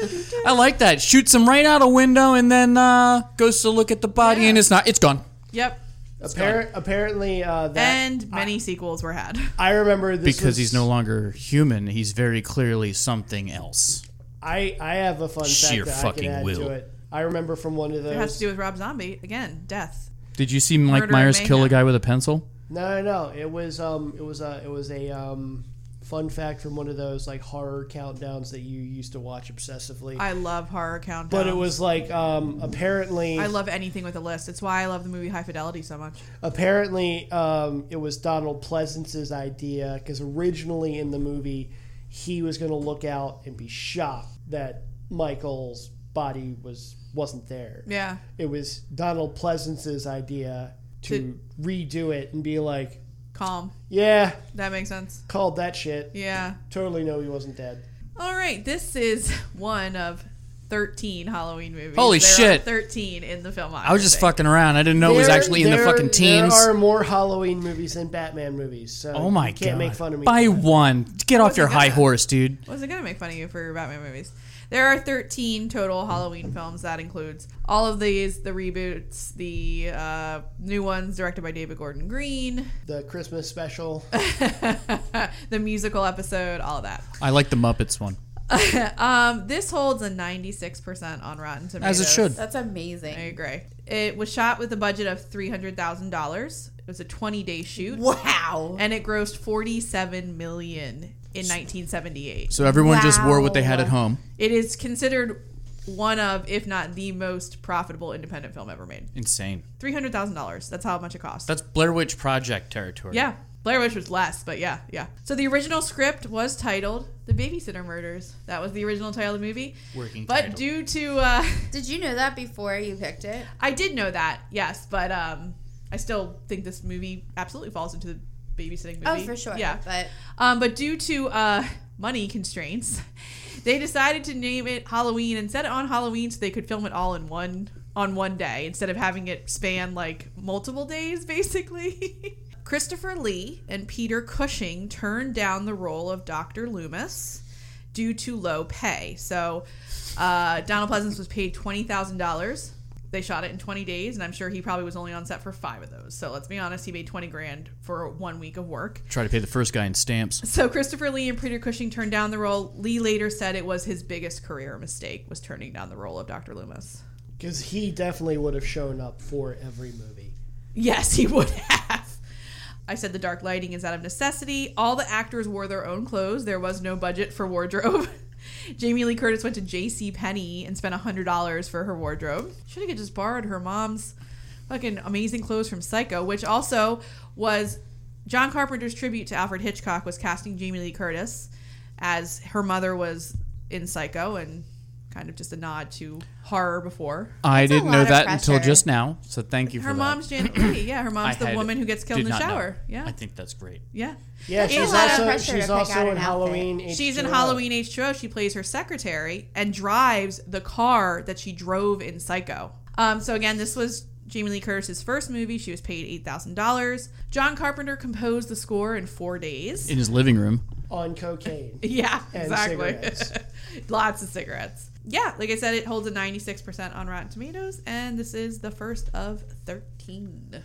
Speaker 5: I like that. Shoots him right out a window and then uh, goes to look at the body and it's not. It's gone.
Speaker 2: Yep.
Speaker 4: Appar- apparently, uh, that
Speaker 2: and many sequels were had.
Speaker 4: I remember this
Speaker 5: Because
Speaker 4: was-
Speaker 5: he's no longer human. He's very clearly something else.
Speaker 4: I I have a fun
Speaker 5: Sheer
Speaker 4: fact that
Speaker 5: fucking
Speaker 4: I can add
Speaker 5: will.
Speaker 4: to it. I remember from one of
Speaker 2: It has to
Speaker 4: those.
Speaker 2: do with Rob Zombie again. Death.
Speaker 5: Did you see Mike
Speaker 2: Murder and
Speaker 5: Myers kill a
Speaker 2: mayhem.
Speaker 5: guy with a pencil?
Speaker 4: No, no, no. It was um, it was a it was a um, fun fact from one of those like horror countdowns that you used to watch obsessively.
Speaker 2: I love horror countdowns.
Speaker 4: But it was like um, apparently
Speaker 2: I love anything with a list. It's why I love the movie High Fidelity so much.
Speaker 4: apparently um, it was Donald Pleasance's idea because originally in the movie he was going to look out and be shocked that Michael's body was wasn't there.
Speaker 2: Yeah.
Speaker 4: it was Donald Pleasance's idea to,
Speaker 2: To-
Speaker 4: redo it and be like,
Speaker 2: Calm.
Speaker 4: yeah,
Speaker 2: That makes sense.
Speaker 4: called that shit.
Speaker 2: Yeah.
Speaker 4: Totally know he wasn't dead.
Speaker 2: All right, this is one of 13 Halloween movies.
Speaker 5: Holy
Speaker 2: There are
Speaker 5: shit.
Speaker 2: 13 in the film.
Speaker 5: I was just fucking around. I didn't know it was actually in the
Speaker 4: there-
Speaker 5: fucking teens.
Speaker 4: There are more Halloween movies than Batman movies, so
Speaker 5: oh my
Speaker 4: you can't
Speaker 5: god!
Speaker 4: make fun of me.
Speaker 5: By one, get off your high horse, dude.
Speaker 2: wasn't going to make fun of you for your Batman movies. There are 13 total Halloween films. That includes all of these the reboots, the uh, new ones directed by David Gordon Green,
Speaker 4: the Christmas special.
Speaker 2: the musical episode, all of that.
Speaker 5: I like the Muppets one.
Speaker 2: Um, this holds a 96% on Rotten Tomatoes.
Speaker 5: As it should.
Speaker 3: That's
Speaker 2: I
Speaker 3: amazing.
Speaker 2: agree. It was shot with a budget of $300,000. It was a 20 day shoot.
Speaker 3: Wow.
Speaker 2: and it grossed 47 million in 1978.
Speaker 5: So everyone just wore what they had
Speaker 3: Wow.
Speaker 5: at home.
Speaker 2: It is considered one of, if not the most profitable independent film ever made.
Speaker 5: Insane.
Speaker 2: Three hundred thousand dollars. That's how much it cost.
Speaker 5: That's Blair Witch Project territory.
Speaker 2: yeah. Blair Witch was less, but yeah, yeah. So the original script was titled "The Babysitter Murders." That was the original title of the movie.
Speaker 5: Working
Speaker 2: but
Speaker 5: title.
Speaker 2: due to, uh,
Speaker 3: Did you know that before you picked it?
Speaker 2: I did know that, yes, but um, I still think this movie absolutely falls into the babysitting movie.
Speaker 3: Oh, for sure.
Speaker 2: Yeah,
Speaker 3: But
Speaker 2: Um, but due to uh, money constraints, they decided to name it Halloween and set it on Halloween so they could film it all in one on one day instead of having it span like multiple days, basically. Christopher Lee and Peter Cushing turned down the role of Dr. Loomis due to low pay. So uh, Donald Pleasance was paid twenty thousand dollars. They shot it in twenty days, and I'm sure he probably was only on set for five of those. So let's be honest, he made twenty grand for one week of work.
Speaker 5: Try to pay the first guy in stamps.
Speaker 2: So Christopher Lee and Peter Cushing turned down the role. Lee later said it was his biggest career mistake was turning down the role of Dr. Loomis.
Speaker 4: Because he definitely would have shown up for every movie.
Speaker 2: Yes, he would have. I said the dark lighting is out of necessity. All the actors wore their own clothes. There was no budget for wardrobe. Jamie Lee Curtis went to J.C. Penney and spent $100 for her wardrobe. Should have just borrowed her mom's fucking amazing clothes from Psycho, which also was John Carpenter's tribute to Alfred Hitchcock was casting Jamie Lee Curtis as her mother was in Psycho and kind of just a nod to horror before.
Speaker 5: I didn't know
Speaker 3: lot of
Speaker 5: that until
Speaker 3: pressure.
Speaker 5: just now. So thank you for
Speaker 2: Her
Speaker 5: that.
Speaker 2: mom's Janet Lee. Yeah, her mom's
Speaker 5: I
Speaker 2: the
Speaker 5: had-
Speaker 2: woman who gets killed
Speaker 5: did
Speaker 2: in the
Speaker 5: not know.
Speaker 2: shower. Yeah.
Speaker 5: I think that's great.
Speaker 2: yeah.
Speaker 4: Yeah,
Speaker 2: It's a
Speaker 4: she's
Speaker 2: lot of
Speaker 4: also
Speaker 3: pressure to
Speaker 4: she's
Speaker 3: pick
Speaker 4: also
Speaker 3: out
Speaker 4: in
Speaker 3: an outfit.
Speaker 4: Halloween.
Speaker 2: She's in
Speaker 4: H2O.
Speaker 2: Halloween H2O. She plays her secretary and drives the car that she drove in Psycho. Um, so again, this was Jamie Lee Curtis's first movie. She was paid $8,000. John Carpenter composed the score in four days.
Speaker 5: In his living room.
Speaker 4: on cocaine.
Speaker 2: Yeah,
Speaker 4: And
Speaker 2: exactly.
Speaker 4: cigarettes.
Speaker 2: Lots of cigarettes. Yeah, like I said, it holds a 96% on Rotten Tomatoes, and this is the first of 13.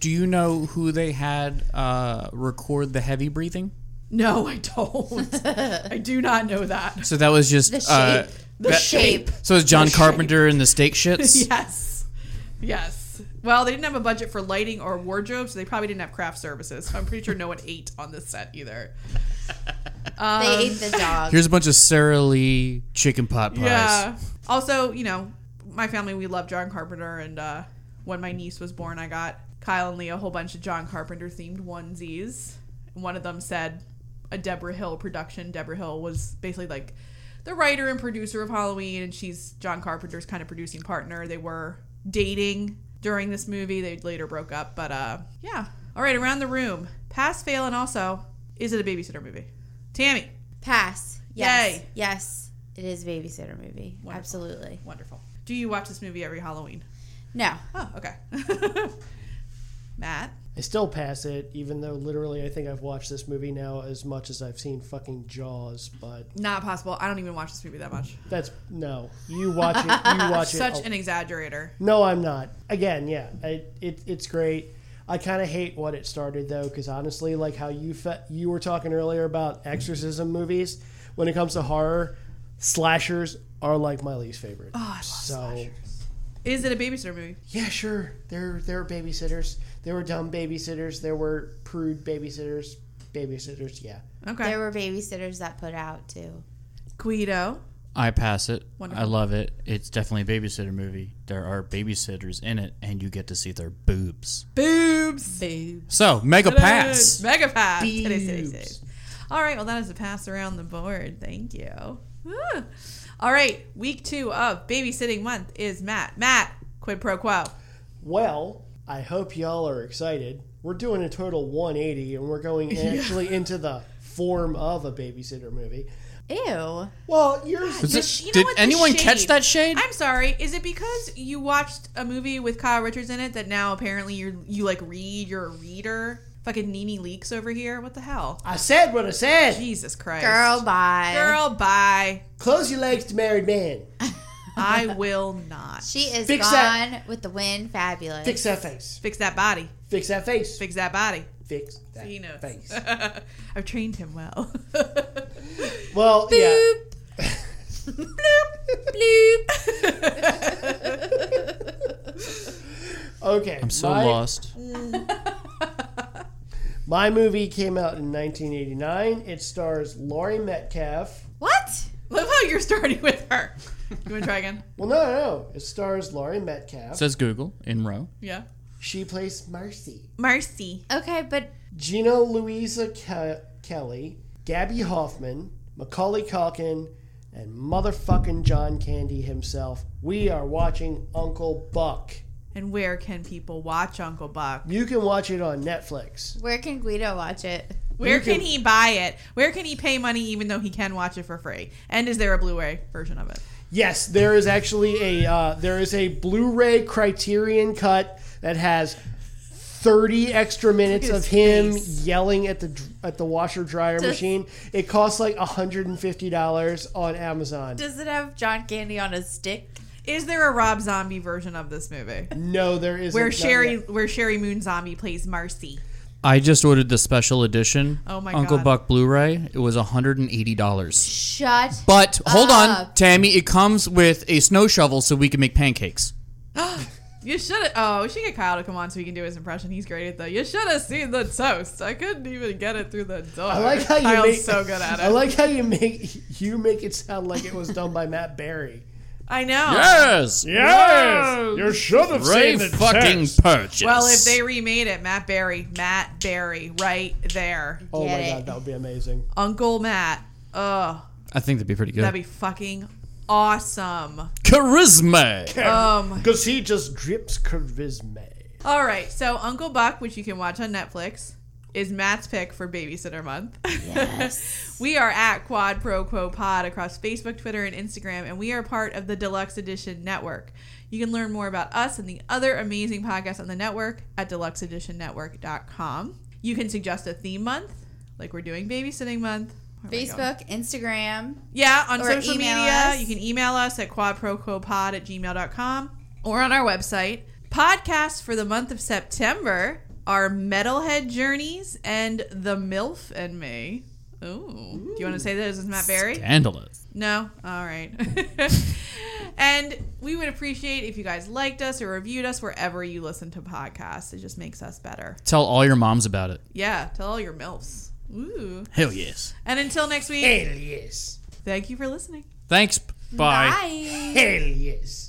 Speaker 5: Do you know who they had uh, record the heavy breathing?
Speaker 2: No, I don't. I do not know that.
Speaker 5: So that was just
Speaker 3: the shape.
Speaker 5: uh,
Speaker 3: the
Speaker 5: that-
Speaker 3: shape.
Speaker 5: So it's John Carpenter and the steak shits.
Speaker 2: Yes. Yes. Well, they didn't have a budget for lighting or wardrobe, so they probably didn't have craft services. So I'm pretty sure no one ate on this set either.
Speaker 3: they ate the dog.
Speaker 5: Here's a bunch of Sara Lee chicken pot pies.
Speaker 2: Yeah. Also, you know, my family we love John Carpenter, and uh, when my niece was born, I got Kyle and Lee a whole bunch of John Carpenter themed onesies. One of them said a Deborah Hill production. Deborah Hill was basically like the writer and producer of Halloween, and she's John Carpenter's kind of producing partner. They were dating during this movie. They later broke up, but uh, yeah. All right, around the room, pass, fail, and also, is it a babysitter movie? Tammy,
Speaker 3: Pass. Yes.
Speaker 2: Yay.
Speaker 3: Yes. It is a babysitter movie.
Speaker 2: Wonderful.
Speaker 3: Absolutely.
Speaker 2: wonderful. Do you watch this movie every Halloween?
Speaker 3: No.
Speaker 2: Oh, okay. Matt.
Speaker 4: I still pass it, even though literally I think I've watched this movie now as much as I've seen fucking Jaws. But
Speaker 2: Not possible. I don't even watch this movie that much.
Speaker 4: that's no. You watch it. You watch it.
Speaker 2: Such
Speaker 4: a-
Speaker 2: an exaggerator.
Speaker 4: no, I'm not. Again, yeah, I, it, it's great. I kind of hate what it started though, because honestly, like how you fe- you were talking earlier about exorcism movies. When it comes to horror, slashers are like my least favorite. Oh, I love so, slashers.
Speaker 2: Is it a babysitter movie?
Speaker 4: Yeah, sure. There, there were babysitters. There were dumb babysitters. There were prude babysitters. Babysitters, yeah.
Speaker 2: Okay.
Speaker 3: There were babysitters that put out too.
Speaker 2: Guido.
Speaker 11: I pass it.
Speaker 2: Wonderful.
Speaker 11: I love it. It's definitely a babysitter movie. There are babysitters in it, and you get to see their boobs.
Speaker 2: Boobs. Boobs.
Speaker 11: So, mega
Speaker 2: Ta-da.
Speaker 11: pass.
Speaker 2: Mega pass. Today's, today's, today's. All right. Well, that is a pass around the board. Thank you. Ah. All right. Week two of babysitting month is Matt. Matt, quid pro quo.
Speaker 4: Well, I hope y'all are excited. We're doing a total 180, and we're going actually into the form of a babysitter movie.
Speaker 3: Ew.
Speaker 4: Well, yours
Speaker 5: Was
Speaker 2: Just-
Speaker 5: it-
Speaker 2: you know
Speaker 5: did
Speaker 2: what, the
Speaker 5: anyone catch
Speaker 2: shade.
Speaker 5: that shade?
Speaker 2: I'm sorry. Is it because you watched a movie with Kyle Richards in it that now apparently you're you like read? You're a reader. Fucking Nene leaks over here. What the hell?
Speaker 4: I said what I said.
Speaker 2: Jesus Christ.
Speaker 3: Girl, bye.
Speaker 2: Girl, bye.
Speaker 4: Close your legs to married man.
Speaker 2: I will not
Speaker 3: She is
Speaker 4: Fix
Speaker 3: gone
Speaker 4: that.
Speaker 3: with the wind. Fabulous.
Speaker 4: Fix that face.
Speaker 2: fix that body.
Speaker 4: Fix that face.
Speaker 2: Fix that body.
Speaker 4: Fix that
Speaker 2: He knows.
Speaker 4: face.
Speaker 2: I've trained him well.
Speaker 4: Well, yeah. Okay.
Speaker 11: I'm so
Speaker 4: my-
Speaker 11: lost.
Speaker 4: My movie came out in 1989. It stars Laurie Metcalf.
Speaker 3: What?
Speaker 2: Love how you're starting with her. You want to try again?
Speaker 4: Well, no, no, no. It stars Laurie Metcalf.
Speaker 11: Says Google in row.
Speaker 2: Yeah.
Speaker 4: she plays Marcy.
Speaker 2: Marcy.
Speaker 3: Okay, but
Speaker 4: Gina Louisa Ke- Kelly, Gabby Hoffman, Macaulay Calkin, and motherfucking John Candy himself. We are watching Uncle Buck.
Speaker 2: And where can people watch Uncle Buck?
Speaker 4: You can watch it on Netflix.
Speaker 3: where can Guido watch it?
Speaker 2: Where
Speaker 4: You
Speaker 2: can
Speaker 4: can-
Speaker 2: he buy it? Where can he pay money even though he can watch it for free? And is there a Blu-ray version of it?
Speaker 4: Yes, there is actually a uh, there is a Blu-ray Criterion cut that has 30 extra minutes
Speaker 2: Look at
Speaker 4: of him
Speaker 2: his
Speaker 4: yelling at the dr- at the washer dryer machine. It costs like $150 on Amazon.
Speaker 3: Does it have John Candy on a stick?
Speaker 2: Is there a Rob Zombie version of this movie?
Speaker 4: No, there isn't.
Speaker 2: Where
Speaker 4: Not
Speaker 2: Sherry
Speaker 4: yet.
Speaker 2: where Sherry Moon Zombie plays Marcy.
Speaker 11: I just ordered the special edition
Speaker 2: Oh my
Speaker 11: Uncle
Speaker 2: God.
Speaker 11: Buck Blu-ray. It was $180.
Speaker 3: Shut.
Speaker 11: But hold on,
Speaker 3: Up.
Speaker 11: Tammy, it comes with a snow shovel so we can make pancakes.
Speaker 2: You should have. Oh, we should get Kyle to come on so he can do his impression. He's great at that. You should have seen the toast. I couldn't even get it through the door.
Speaker 4: I like how you
Speaker 2: Kyle's
Speaker 4: make
Speaker 2: so good at it.
Speaker 4: I like how you make you make it sound like it was done by Matt Berry.
Speaker 2: I know.
Speaker 11: Yes.
Speaker 6: Yes! You should have seen the text.
Speaker 11: purchase.
Speaker 2: Well, if they remade it, Matt Berry, Matt Berry, right there,
Speaker 4: Oh
Speaker 3: Get
Speaker 4: my
Speaker 3: it.
Speaker 4: god, that would be amazing.
Speaker 2: Uncle Matt. Ugh,
Speaker 11: I think that'd be pretty good.
Speaker 2: that'd be fucking awesome.
Speaker 11: Charisma.
Speaker 2: Um.
Speaker 4: Cuz he just drips charisma.
Speaker 2: All right, so Uncle Buck, which you can watch on Netflix, is Matt's pick for Babysitter Month. Yes. we are at Quad Pro Quo Pod across Facebook, Twitter, and Instagram, and we are part of the Deluxe Edition Network. You can learn more about us and the other amazing podcasts on the network at deluxeeditionnetwork.com. You can suggest a theme month, like we're doing Babysitting Month. Where am I going?
Speaker 3: Facebook, Instagram.
Speaker 2: Yeah, on
Speaker 3: Or
Speaker 2: social
Speaker 3: email
Speaker 2: media.
Speaker 3: us.
Speaker 2: You can email us at quadproquopod at gmail.com or on our website. Podcasts for the month of September are Metalhead Journeys and The MILF and Me. Ooh. Do you want to say those is Matt Berry?
Speaker 11: Scandalous.
Speaker 2: No? All right. and we would appreciate if you guys liked us or reviewed us wherever you listen to podcasts. It just makes us better.
Speaker 11: Tell all your moms about it.
Speaker 2: Yeah, tell all your MILFs. Ooh.
Speaker 11: Hell yes.
Speaker 2: And until next week,
Speaker 4: Hell yes.
Speaker 2: thank you for listening.
Speaker 11: Thanks. Bye.
Speaker 3: Bye.
Speaker 4: Hell yes.